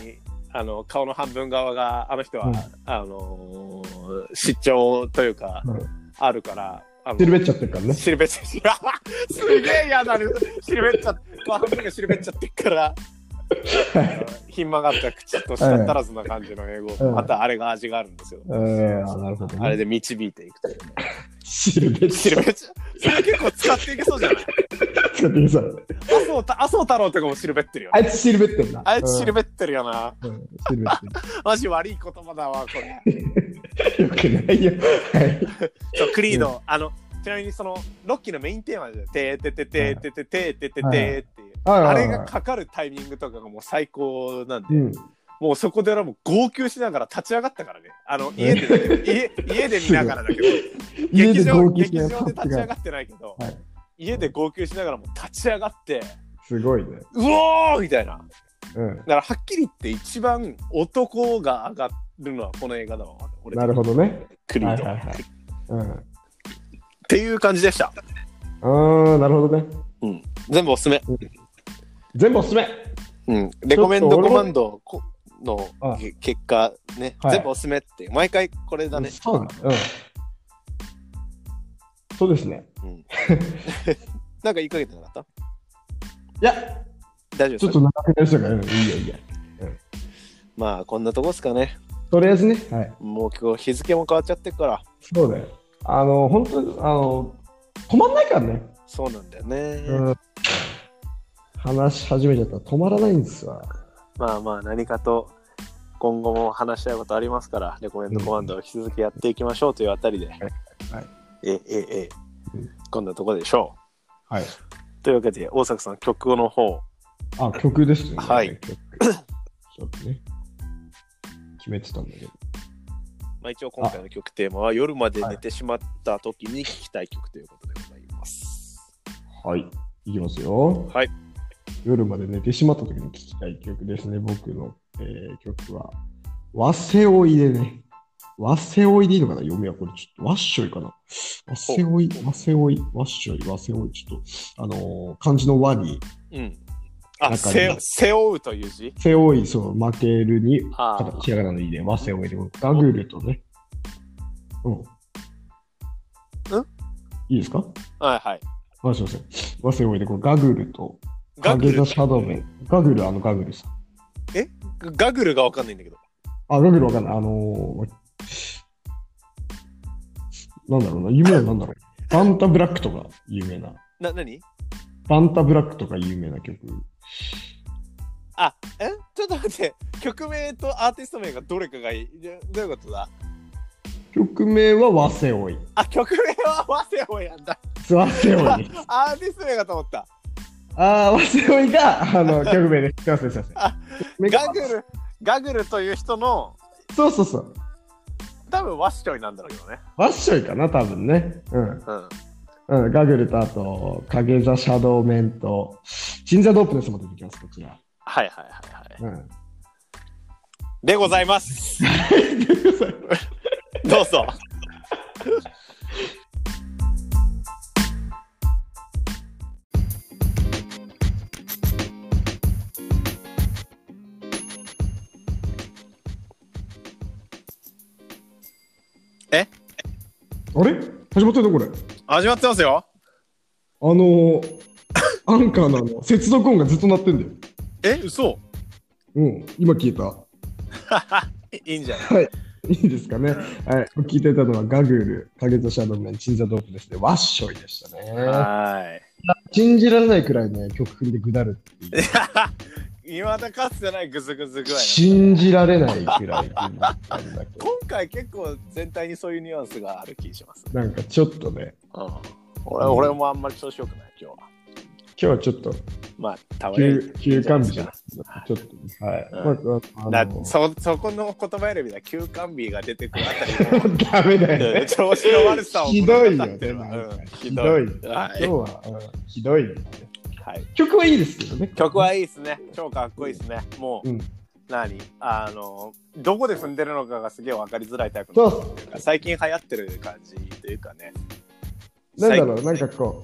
あの顔の半分側があの人は、
うん
あのー失調というか、
うん
あるからあの
シルベっちゃってるからね。
シルベっちゃって (laughs) すげえ嫌なるシルベっちゃって顔半分がシルベっちゃってっ
(laughs)
からひん曲がった口と舌足らずな感じの英語、
うん
またあれが味があるんですよ、
えー、あなるほど、ね。
あれで導いていくという
シルベっ
シ
ちゃ
ル
っ
ベっちゃそれ結構使っていけそうじゃない
てるさ。
麻生太麻生太郎とかもシルベってるよ
(laughs) あ
ね
いつシルベってんだ。
あいつシル
ベ。
ベってるよな、
うん、シルベっ
マジ悪い言葉だわこれ
てる。よくないよ。はい。
そうクリード、あのちなみにそのロッキーのメインテーマで「てーてててーてててーてててー」っていう
はい
あ
はいはい
れがかかるタイミングとかがもう最高なんで
うん。
もうそこで俺はもう号泣しながら立ち上がったからね。あの
(laughs)
家で家家で見ながらだけど、
家
劇
で
場
号泣し
劇
なが
場
ら
で立ち上がってないけど、
はい
家で号泣しながらも立ち上がって、
すごいね。
うおーみたいな。
うん。
だからはっきり言って一番男が上がるのはこの映画だわ。俺
なるほどね。
クリード
はいはいはい
うん。
っていう感じでした。
ああ、なるほどね。
うん、全部おすすめ。
全部おすすめ
うん、レコメンドコマンドこの
あ
け結果ね、
はい
全部おすすめって、毎回これだね。
そうなんだ。うん。そうですね。
うん、なんか言いかけてなかった
いや、
大丈夫です
ちょっと長くなりそうだから、うん、いいよいいよ。
まあこんなとこですかね。
とりあえずね、はい。
もう今日日付も変わっちゃってるから。
そうだよ。あの、本当に、あの、止まんないからね。
そうなんだよね。
うん。話し始めちゃったら止まらないんですわ。
まあまあ何かと今後も話し合うことありますから、レコメンドコマンドを引き続きやっていきましょうというあたりで。はい
はい
ええええ
うん
こんなとこでしょ
はい。
う。というわけで、大作さん曲の方。
あ、曲ですよね。
はい
曲。ちょっとね。決めてたんだけど。
まあ、一応今回の曲テーマは夜まで寝てしまった時に聴きたい曲ということでございます。
はい。いきますよ。
はい。
夜まで寝てしまった時に聴きたい曲ですね。僕の、えー曲は。和せおいでね。和せおいでいいのかな読みはこれちょっと。和っしょいかな。和せおい、和せおい、和っしょい、和せおい。ちょっと、あのー漢字の和に、
うん。あ、
中に
背背負うという字
背負い、そう、負けるに、
あー
ひらがなのいで、和せおいで、ガグルとね。うん。いいですか
はいはい。
あ、すいません。和せおいで、こうガグルと、
ガグ
影
ル
座シャドウメン。ガグル、あのガグルさん。
ガグルがわかんないんだけど。
あ、ガグルわかんない。あのー、なんだろうな、有名なのなんだろう。バンタブラックとか有名な。
な、何
バンタブラックとか有名な曲。
あ、えちょっと待って。曲名とアーティスト名がどれかがいい。でどういうことだ
曲名は和せおい。
あ、曲名は和セオやんだ。
和せおいです。
アーティスト名がと思った。
あー、和せおいが、あ
(laughs)
の、曲名です。すいません、すいません。
あ
め
ガグル、ガグルという人の、
そうそうそう。
多分ワッショイなんだろうけどね。
和っしょいかな、多分ね。うん。
うん。
うん、ガグルとあと、影座シャドウメンと、鎮座ドープネスも出てきます、こちら。
はいはいはいはい。
うん。
でござ
(laughs)
います。どうぞ。
あれ始まってるのこれ。
始まってますよ。
あのー、アンカーのあの接続音がずっと鳴ってんだよ。
え、嘘
うん、今聞いた。はい
いんじゃない
い、いいですかね。はい、聞いてたのはガグール、影とシャドウメン、鎮座ドープですね。ワッショイでしたね。
は
信じられないくらいね、曲振りでぐだるっていう。
ーい。いまだかつてないグズグズ具合。
信じられないくらいだったんだけど、
今回結構全体にそういうニュアンスがある気がします。
なんかちょっとね、
うん。俺俺もあんまり調子よくない、今日は。
今日はちょっと
まあ、たまにはいいん
休休
じゃな
館日
いです
じゃ
か
な。いですか。ちょっと、はい。
う
まああ
だ
の
そそこの言葉選びだ、休館日が出てくるあたりも
ダメだよ (laughs)
う
ね
ん。調子の悪さを
ひどいよ
物語って
ね。
るわ
なん
う
か
ん
ひどい。
は
今日
い、
は、うんひどいよね。
はい。
曲はいいですけどね。
曲はいいですね。超かっこいいですね。もう、
うん
何あの、どこで踏んでるのかがすげえ分かりづらいタイプ
そ
の。
う
最近流行ってる感じというかね。
なんだろう、
最
なんかこ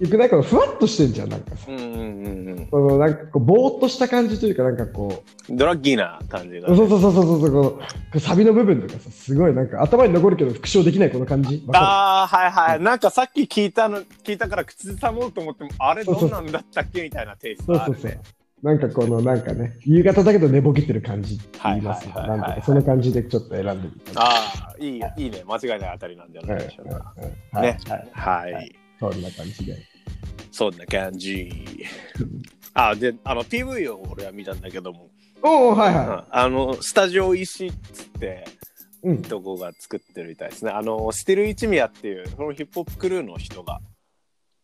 う、よくないかふわっとしてんじゃん、なんかさ。
うんうんうん
そのなんかこう、ぼーっとした感じというか、なんかこ
うん。ドラッギーな感じ
う、
が、
そうそうそうそうそうこう、サビの部分とかさ、すごいなんか頭に残るけど復唱できないこの感じ。わか
ああ、はいはい。なんかさっき聞いたの、聞いたから口ずさもうと思っても、あれどうなんだったっけみたいなテイスト
る
あ
そ
る
うそうそう。なんかこの、なんかね、夕方だけど寝ぼけてる感じって言います
は
か。
い
な
は
い
はい
ん
はい
かその感じでちょっと選んでみた。
ああ、いい、いいね。間違いないあたりなんじゃ
は
ないいでしょうか。
はい
ね
はい
はい。
はいそんな感じで。
そんな感じ。あ、で、あの、PV を俺は見たんだけども、
おお、はいは
あの、スタジオ石っつって、
い。うん。
どこが作ってるみたいですね。あの、スティル・イチミヤっていう、そのヒップホップクルーの人が。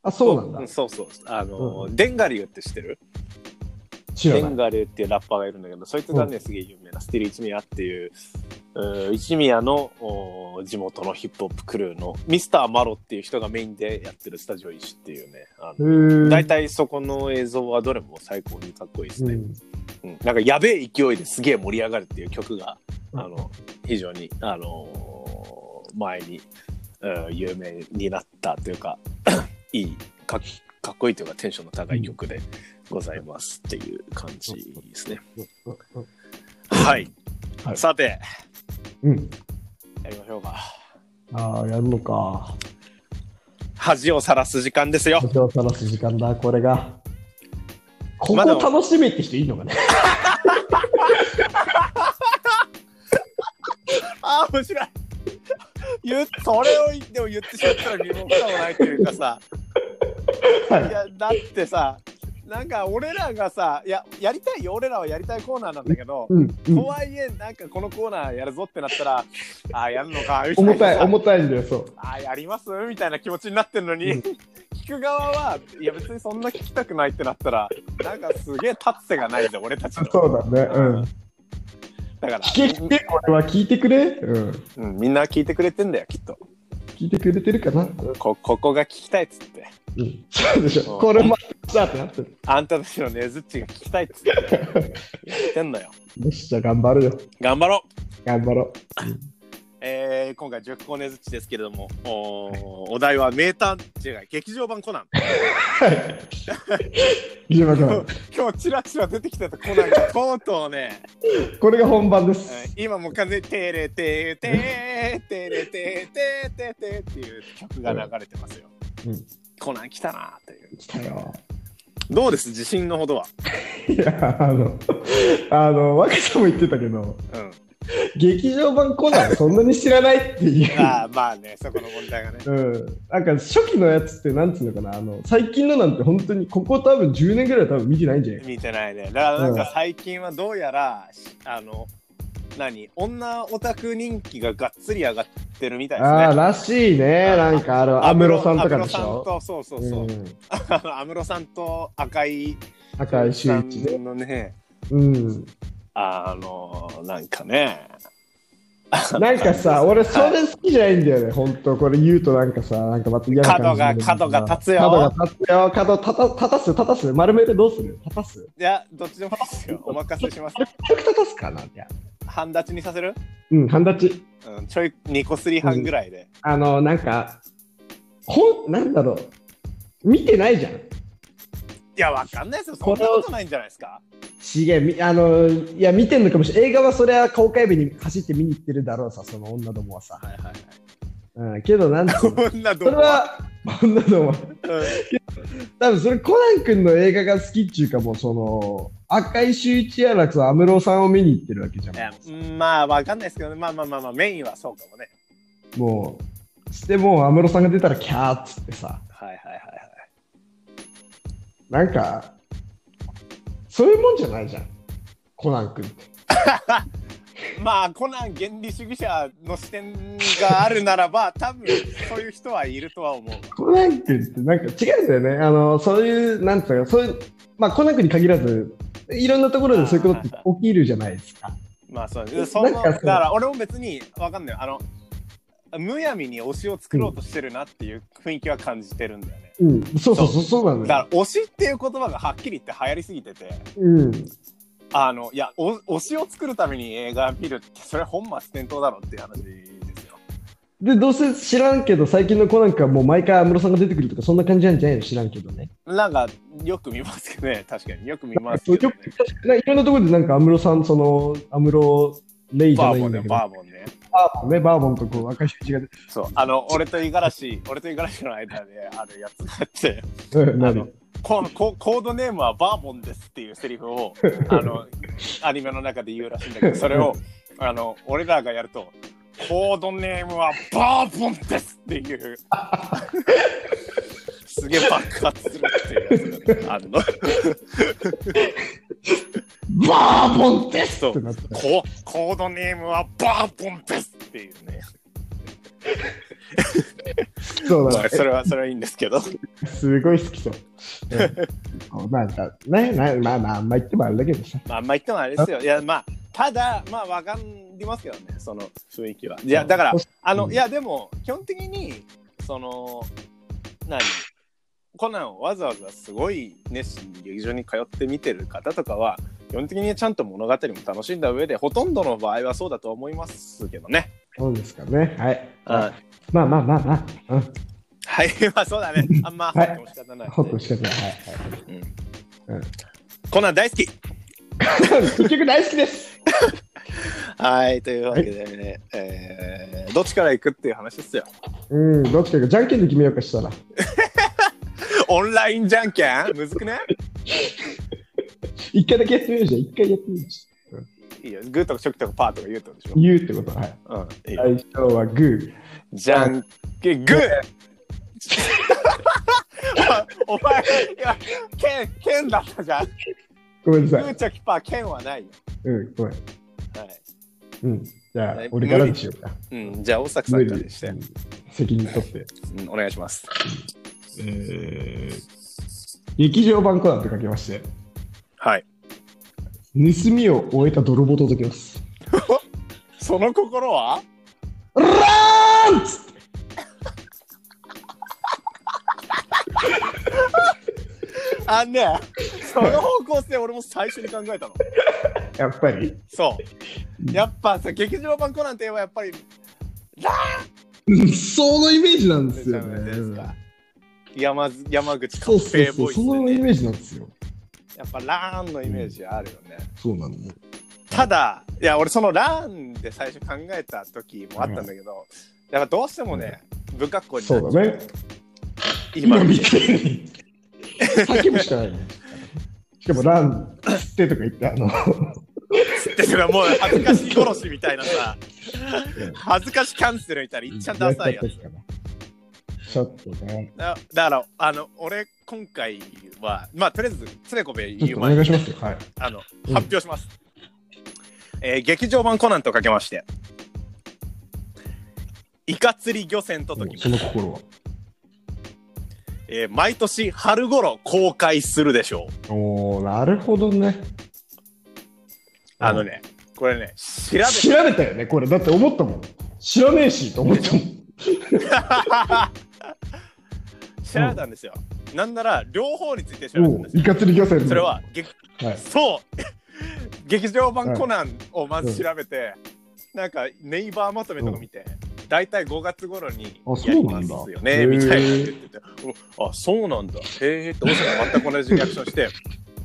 あ、そうなんだ。
そうそう。あの、
う
デンガリューって知ってる
知ら
テ
ない
ン。ガルっていうラッパーがいるんだけど、そいつがね、すげえ有名なスティール一宮っていう、うん一宮のお地元のヒップホップクルーのミスターマロっていう人がメインでやってるスタジオ一緒っていうね、あ
へ
の
ー
大体そこの映像はどれも最高にかっこいいですね。
うん
うんなんかやべえ勢いですげえ盛り上がるっていう曲が、あの、非常に、あのー前に、うん有名になったというか、 (coughs) いい、かっかっこいいというかテンションの高い曲でございますっていう感じですね。はい。
はい
さて、
うん。
やりましょうか。
ああ、やるのか。
恥をさらす時間ですよ。
恥をさらす時間だ、これが。ここ
まだ
楽しみって人いいのかね。
ああ、面白い。 (laughs) 言うそれを言っても言ってしまったら身も蓋もないというかさ。
はい
いやだってさなんか俺らがさいややりたいよ俺らはやりたいコーナーなんだけど、
うん。うん
とはいえなんかこのコーナーやるぞってなったらあーやるのかみた
重
な
たい、
さ
重たいんだよ、そう。
あーやりますみたいな気持ちになってるのに、
うん
聞く側はいや別にそんな聞きたくないってなったらなんかすげえ立つ瀬がないじゃん俺たちの
そうだね。うん。
だから
聞け、聞け、これは聞いてくれ。うん。
うん、みんな聞いてくれてんだよきっと
聞いてくれてるかな。
こここが聞きたいっつって
うん。そうでし
う
ょ。
ん
これも、さあってなってる。
あんたたちのねずっちが聞きたいっつってや (laughs) ってんのよ
よし、じゃあ頑張るよ。
頑張ろう
頑張ろ
えー今回10個ねずっちですけれどもおーお題は名探偵違い劇場版コナン (laughs)
う。飯島
今
君、
日今日チラチラ出てきたとコナンがとうとうね、
これが本番で
う
す。
ん今もう完全に「テレテーテー (laughs) テレテーテーテーテー」っていう曲が流れてますよ、
うん
コナン来たなーという
来たよ。
どうです自信のほどは、
いや、あの、あの、若さんも言ってたけど、
うん、
劇場版コナンそんなに知らないっていう。 (laughs)
ああまあねそこの問題がね
うん、なんか初期のやつってなんつうのかなあの最近のなんて本当にここ多分10年ぐらいは多分見てないんじゃないか
見てないねだからなんか最近はどうやら、あの何女オタク人気ががっつり上がってるみたいですね
ああーらしいねなんかあの安室さんとかでしょ
安室さんとそう (laughs) そうそうう。
ん、
あの安室さんと赤井
赤い周一
さ
ね
んのね、
うん
あのなんかね、
なんかさ俺それ好きじゃないんだよね本当これ言うとなんかさなんかまた嫌な感じになる
角が角が立つよ
角が立つよ角立た立たす立たす丸めてどうする立たす
いやどっちでもいいで
(laughs)
すよ。お任せします。
軽く立たすかなって
半立ちにさせる？
うん半立ち
うん、ちょい二個スリー半ぐらいで。
あのなんかほんなんだろう見てないじゃん
いやわかんないですよ。そんなことないんじゃないですか？ (laughs)
違うみあのいや見てんのかもしれない映画はそれは公開日に走って見に行ってるだろうさその女どもはさ、
はいはいはい。
うん、けどなんつうの
こんな
そ
ど
れ
うは。
は女どもは
うん
多分それコナン君の映画が好きっちゅうかもうその赤い周一やらくそ安室さんを見に行ってるわけじゃん
いやうんまあわかんないですけどね。まあまあまあまあメインはそうかもね。
もうしてもう安室さんが出たらキャーっつってさ
はいはいはいはい。
なんかそういうもんじゃないじゃんコナン君って
まあコナン原理主義者の視点があるならば (laughs) 多分そういう人はいるとは思うわ
コナン君ってなんか違うんだよね。あの、そういう、なんていうのか、そういう、まあコナン君に限らず、いろんなところでそういうことって起きるじゃないですか。
まあそう
なんか
そのだ
そう
から俺も別にわかんないあのむやみに推しを作ろうとしてるなっていう雰囲気は感じてるんだよね
うん、そうそうそう、そうなん
だ
だ
か
よ。
ら推しっていう言葉がはっきり言って流行りすぎてて
うん。
あのいやお推しを作るために映画見るってそれ本末転倒だろっていう話ですよ
で、どうせ知らんけど、最近のコナン君はもう毎回安室さんが出てくるとか、そんな感じなんじゃないの知らんけどね。
なんかよく見ますけどね確かによく見ます
そう (laughs)
け
よ
ど、
く
ね、
確かにいろんなところでなんか安室さん、その、安室レイじゃ
バ
な
ー
い
ボ
ん
ンね
だけど、
バーボンね
バーボンね、バーボンとこう、若い人が出て
そう、あの、俺と五十嵐、俺と五十嵐の間であるやつがあって、
うん、な
あの
る。
このココードネームはバーボンですっていうセリフを、あの、アニメの中で言うらしいんだけど、それを、あの、俺らがやると、コードネームはバーボンですっていう、すげえ爆発するっていうやつがねあるの。
バーボンです
そ
って
う
なった。
ココードネームはバーボンですっていうね。
好そう
ま
だ
あ、
ね。
それはそれはいいんですけど
すごい好きそう。うん、なんか、ね、なまあまあ、あんま言ってもあれだけどさ。
(laughs) まああんま言ってもあれですよいやまあただまあわかりますけどねその雰囲気はいやだからあの、
うん
いやでも基本的にその何コナンをわざわざすごい熱心に劇場に通って見てる方とかは基本的にちゃんと物語も楽しんだ上でほとんどの場合はそうだと思いますけどね。
そうですかね。はい。
はい、
まあまあまあまあ。うん。
(laughs) まあそうだね。あんま
はい
入っても仕方ない、
ほっとしてください。
うん
うん
コナン大好き
はい、結局大好きです。
はい、というわけで、えーどっちから行くっていう話ですよ。
うん、どっちかがじゃんけんで決めようかしたら。
オンラインじゃんけんむずくね
一回だけやってみるじゃん。一回やってみるじ
いいよ。グーとかチョキとかパーとか言うってことでし
ゃん。言うってことは。はい。
ょ。うん、いいよ
最初はグー。
じゃんけん、グー (laughs) お前、いや、剣、剣だったじゃん。グ
ごめんなさ
ー
い。
チョキパー、剣はないよ。
うん、ごめん。
はい。
うん。じゃあ
はい、
俺からにしようか。
うん、じゃあ、大阪さ
無
ん
理
からして、
うん責任取って。
うんお願いします。
えー、劇場版コナンって書きまして、
はい。
盗みを終えた泥棒と解きます。
(laughs) その心は
(laughs) ラーンつって
あんね、その方向性俺も最初に考えたの。
やっぱり。
そう。やっぱさ、劇場版コナンといえばやっぱり
うんそのイメージなんですよ
めちゃめ
ね。
ちゃです
うん
か山津山口カ
そう
ッ
そう
ペー
そ
ボ
う、
イスで
そのイ
ね、
メージなんですよ。
やっぱラーンのイメージあるよね。
そうなのよ。
ただ、いや、俺そのラーンで最初考えた時もあったんだけど、やっぱどうしてもね、不格好になっち
そ
ゃ
うだね。
今
今
見
見
て。
てるに。叫ぶしかないね。しかも、ラン、つってとか言って、あの、
ってそれはもう恥ずかしい殺しみたいなさ
うん、
恥ずかしキャンセルみたいな、いっちゃダサ
(laughs)
いやつ。
ちょっとね。
だだから、あの、俺、今回は、まあ、とりあえず、つねこべ
ちょっ
言
と
う
お
前に
願いしますよ。はい。
あの、
うん
発表します。えー劇場版コナンとかけまして、イカ釣り漁船とときます
その心は。
えー毎年春頃公開するでしょう。
おー、なるほどね。
あのね、これね、調べ
調べたよね、これ。だって思ったもん。知らねえし、と思ったもん。
調べたんですよ。なんなら、両方について調べたん
お
です
ー
よ。
いかつり漁船の
それは、げ
はい。
そう (laughs) 劇場版コナンをまず調べて、なんかネイバーまとめとか見て、大体5月頃に
あ
や
そう
り
な
ま
ん
す
だ
よ
へ
ね
ー
みたいな言ってておあそうなんだへえって大阪全く同じリアクションして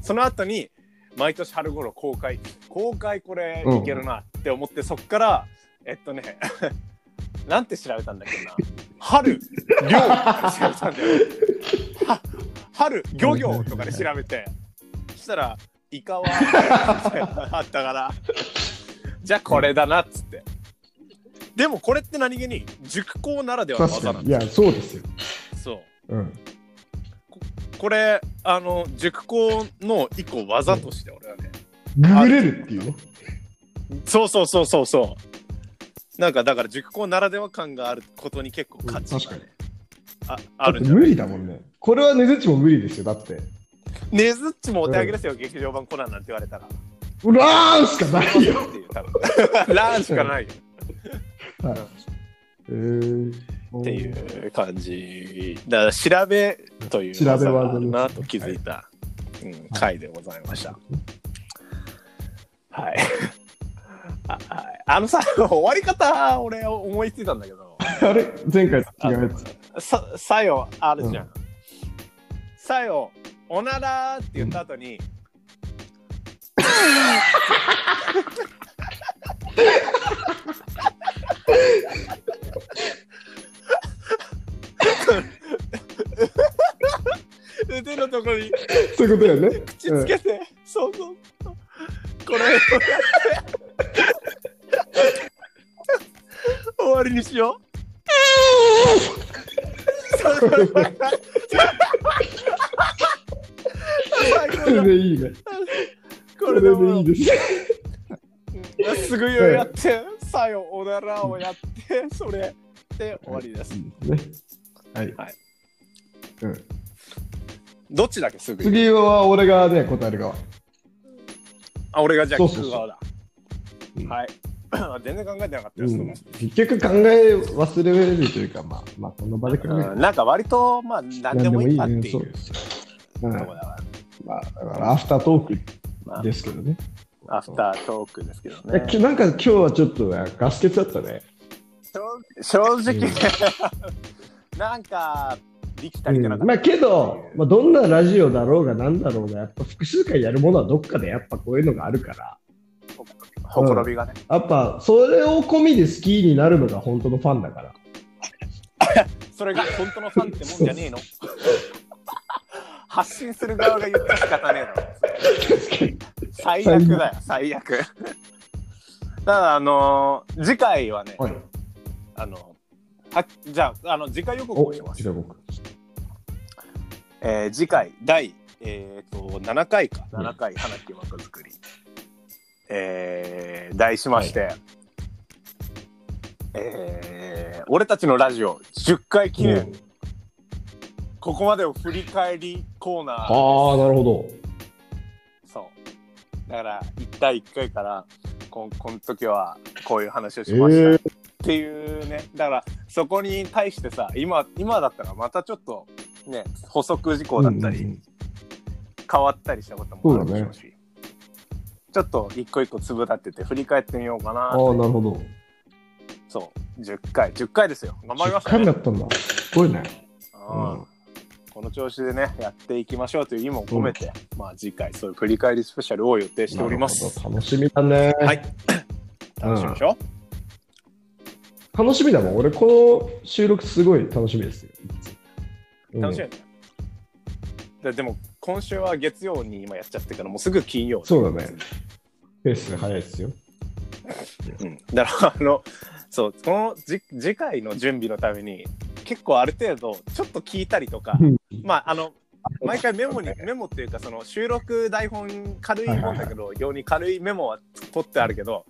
その後に毎年春頃公開公開これいけるなって思って、そっからえっとね (laughs) なんて調べたんだっけな春漁って調べたんだよは春漁業とかで調べてそしたらイカはあったからじゃあこれだなっつってでもこれって何気に熟考ならではの
確か
技なん
に。
で
いや、そうですよ。
すそう
うん。
これあの熟考の一個技として俺はね
ググれるっていうね。
そうそうそうそうそうなんかだから熟考ならでは感があることに結構価値がね、ああ
だ
る
っ
ん
て
じゃな
無
い
理だもんね。これはねずっちも無理ですよ。だって。
ねずっちもお手上げですよ、劇場版コナンなんて言われたら
うらーんしかないよ。
っていう多分ランしかないよ
えー、
っていう感じだから調べという
調べ技
技だなと気づいた、うん、回でございましたはいあはいあのさ終わり方俺思いついたんだけど
あれ前回と
あ
違うやつ。
ささよあるじゃん、さよおならって言った後に、腕のところに
そういうことよね。
口つけて、そうそうこれをやって終わりにしよう最後の最
う
後
ん、そ
の
れでいいね。そ
これ
れ
で
で
も
いういです。
すぐよやってさよおならをやってそれで終わりです
いいですね。はい。
はい
うん、
どっちだっけ (laughs) すぐ言う
次は俺がね、答える側。
あ、俺がじゃあ
そうそう
聞
そう
く側だ。
うん
はい。全然考えてなかった
う
です、
ん、結局考え忘れるというか、まあ、まあ、この場で考え
うんなんか割と、まあ、何でもいいなって
何
い
でもいいね
う。
そううん
とこだから
まあ、だからアフタートー
ま
クですけどね。
あ、アフタートークですけど
え
ね。
きなんか今日はちょっとね、ガス欠だったね。
正直、なんか、力足りてな
う
か
ん
っ
まあけど、まあ、どんなラジオだろうがなんだろうがやっぱ複数回やるものはどっかでやっぱこういうのがあるから
た。ほころびがね。
やっぱそれを込みで好きになるのが本当のファンだ
(laughs)
から
それが本当のファンってもんじゃねえの発信する側が言った仕方ねえだろ。最悪だよ、最悪。ただ、あのー次回はね、
はい
あのはじゃあ、あの次回予告をします。
違う僕
えー (laughs) 次回第、えー、と7回か7回花木若作り、えー題しまして、えー俺たちのラジオ10回記念、ここまでを振り返りコーナー
ああなるほ
そうだから1対1回からここの時はこういう話をし
ど
ました、
え
っていうねだからそこに対してさ今今だったらまたちょっとね補足事項だったり、変わったりしたこともあるでしょうし、ちょっと一個一個粒立ってて振り返ってみようかな
ああなるほど
そう10回10回ですよ頑張りま
10
したね
回もやったんだすごいね
うん
うん
この調子でねやっていきましょうという意味も込めて、まあ次回そういう振り返りスペシャルを予定しております
なるほど楽しみだね
はい
うん
楽しみでしょ、
楽しみだもん俺この収録すごい楽しみですようん
楽しみだねだでも今週は月曜に今やっちゃってからもうすぐ金曜
そうだねペースが早いですよ
うん、だからあのそうこのじ次回の準備のために結構ある程度ちょっと聞いたりとか、
うん
まああの毎回メモにメモっていうかその収録台本軽いもんだけど、用に軽いメモは取ってあるけど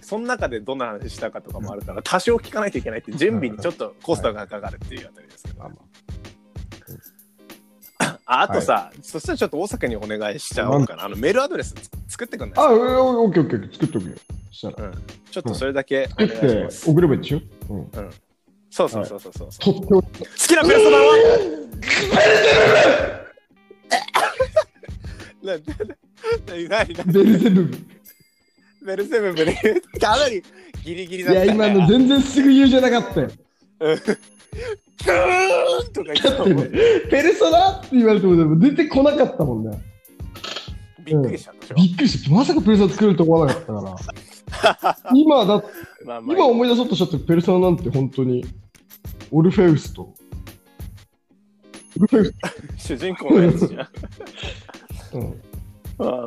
その中でどんな話したかとかもあるから多少聞かないといけないって準備にちょっとコストがかかるっていうあたりですけど、
まあま
ああとさ、そしたらちょっと大阪にお願いしちゃおうかなあのメールアドレスつ作ってくんない
ああ、うんオッケーオッケー、作っとくよ。そしたら。
ちょっとそれだけお
作
願いし
っ
ま
て
す、
送ればいいでしょうん。
そうそうそうそうそう
とっておき
好きなペルソナは (laughs) な、な、な、な、
ベルゼブブ。
ベルセブブにかなりギリギリ
い
だった、
や、
ね。
今
(laughs)
の全然すぐ言うじゃなかったよ。
うんキューンとか言
だってね
って、
ペルソナって言われてもでも出てこなかったもんね。
びっくりしちゃったでしょ。
びっくりして、まさかペルソナ作れると思わなかった
(laughs)
から。今だ、
まあまあ
今思い出そうとしちゃって、ペルソナなんて本当に、オルフェウスと、オルフェウス
主人公のやつじゃん。
と、うん
まあまあ、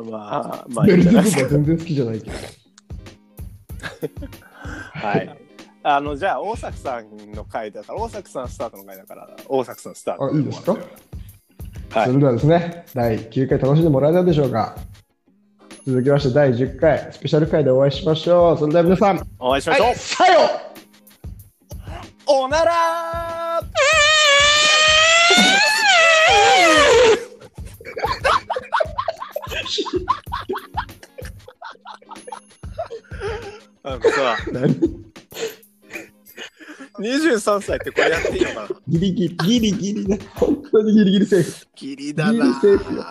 まあ
ベ
いいん
ル
じ
ゼ
ゃ
ブブは全
ないですか。
然好きじゃないけど。
はい。あの、じゃあ、大作さんの回だから、大作さんスタートの回だから、大作さんスタート。
あ、いいですか
はい
それではですね、第9回楽しんでもらえたでしょうか続きまして第10回スペシャル回でお会いしましょう。それでは皆さん、
お会いしましょう。
さよう
おならーあのさ、
(laughs) 何
23歳ってこれやっていいのかな
ギリギリ、ギリギリだ。本当にギリギリセーフ。
ギリ
だなギリセーフよ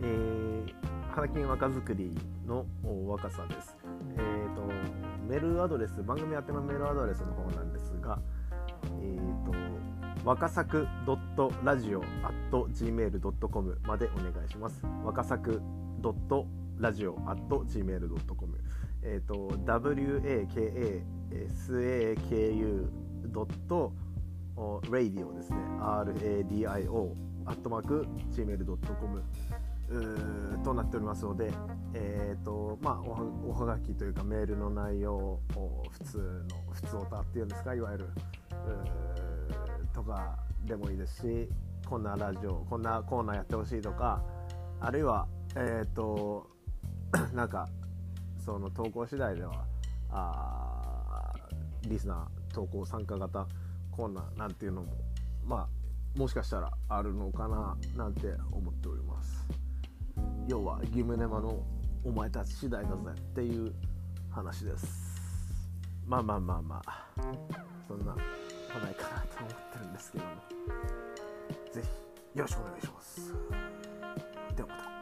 えー、花金若作りのお若さです。えー、と、メールアドレス、番組宛てのメールアドレスの方なんですが、えー、と、若作 .radio.gmail.com までお願いします。若作 .radio.gmail.com えっ、と wakasaku.radio ですね radio アットマーク gmail.com うーとなっておりますので、えっとまあ、おはおはがきというかメールの内容を普通の普通オタっていうんですかいわゆるうーとかでもいいですしこんなラジオこんなコーナーやってほしいとか
あるいはえっ、と (clears throat) なんかその投稿次第ではあーリスナー投稿参加型コーナーなんていうのもまあもしかしたらあるのかななんて思っております要はギムネマのお前たち次第だぜっていう話ですまあまあまあまあそんな来ないかなと思ってるんですけどもぜひよろしくお願いしますではまた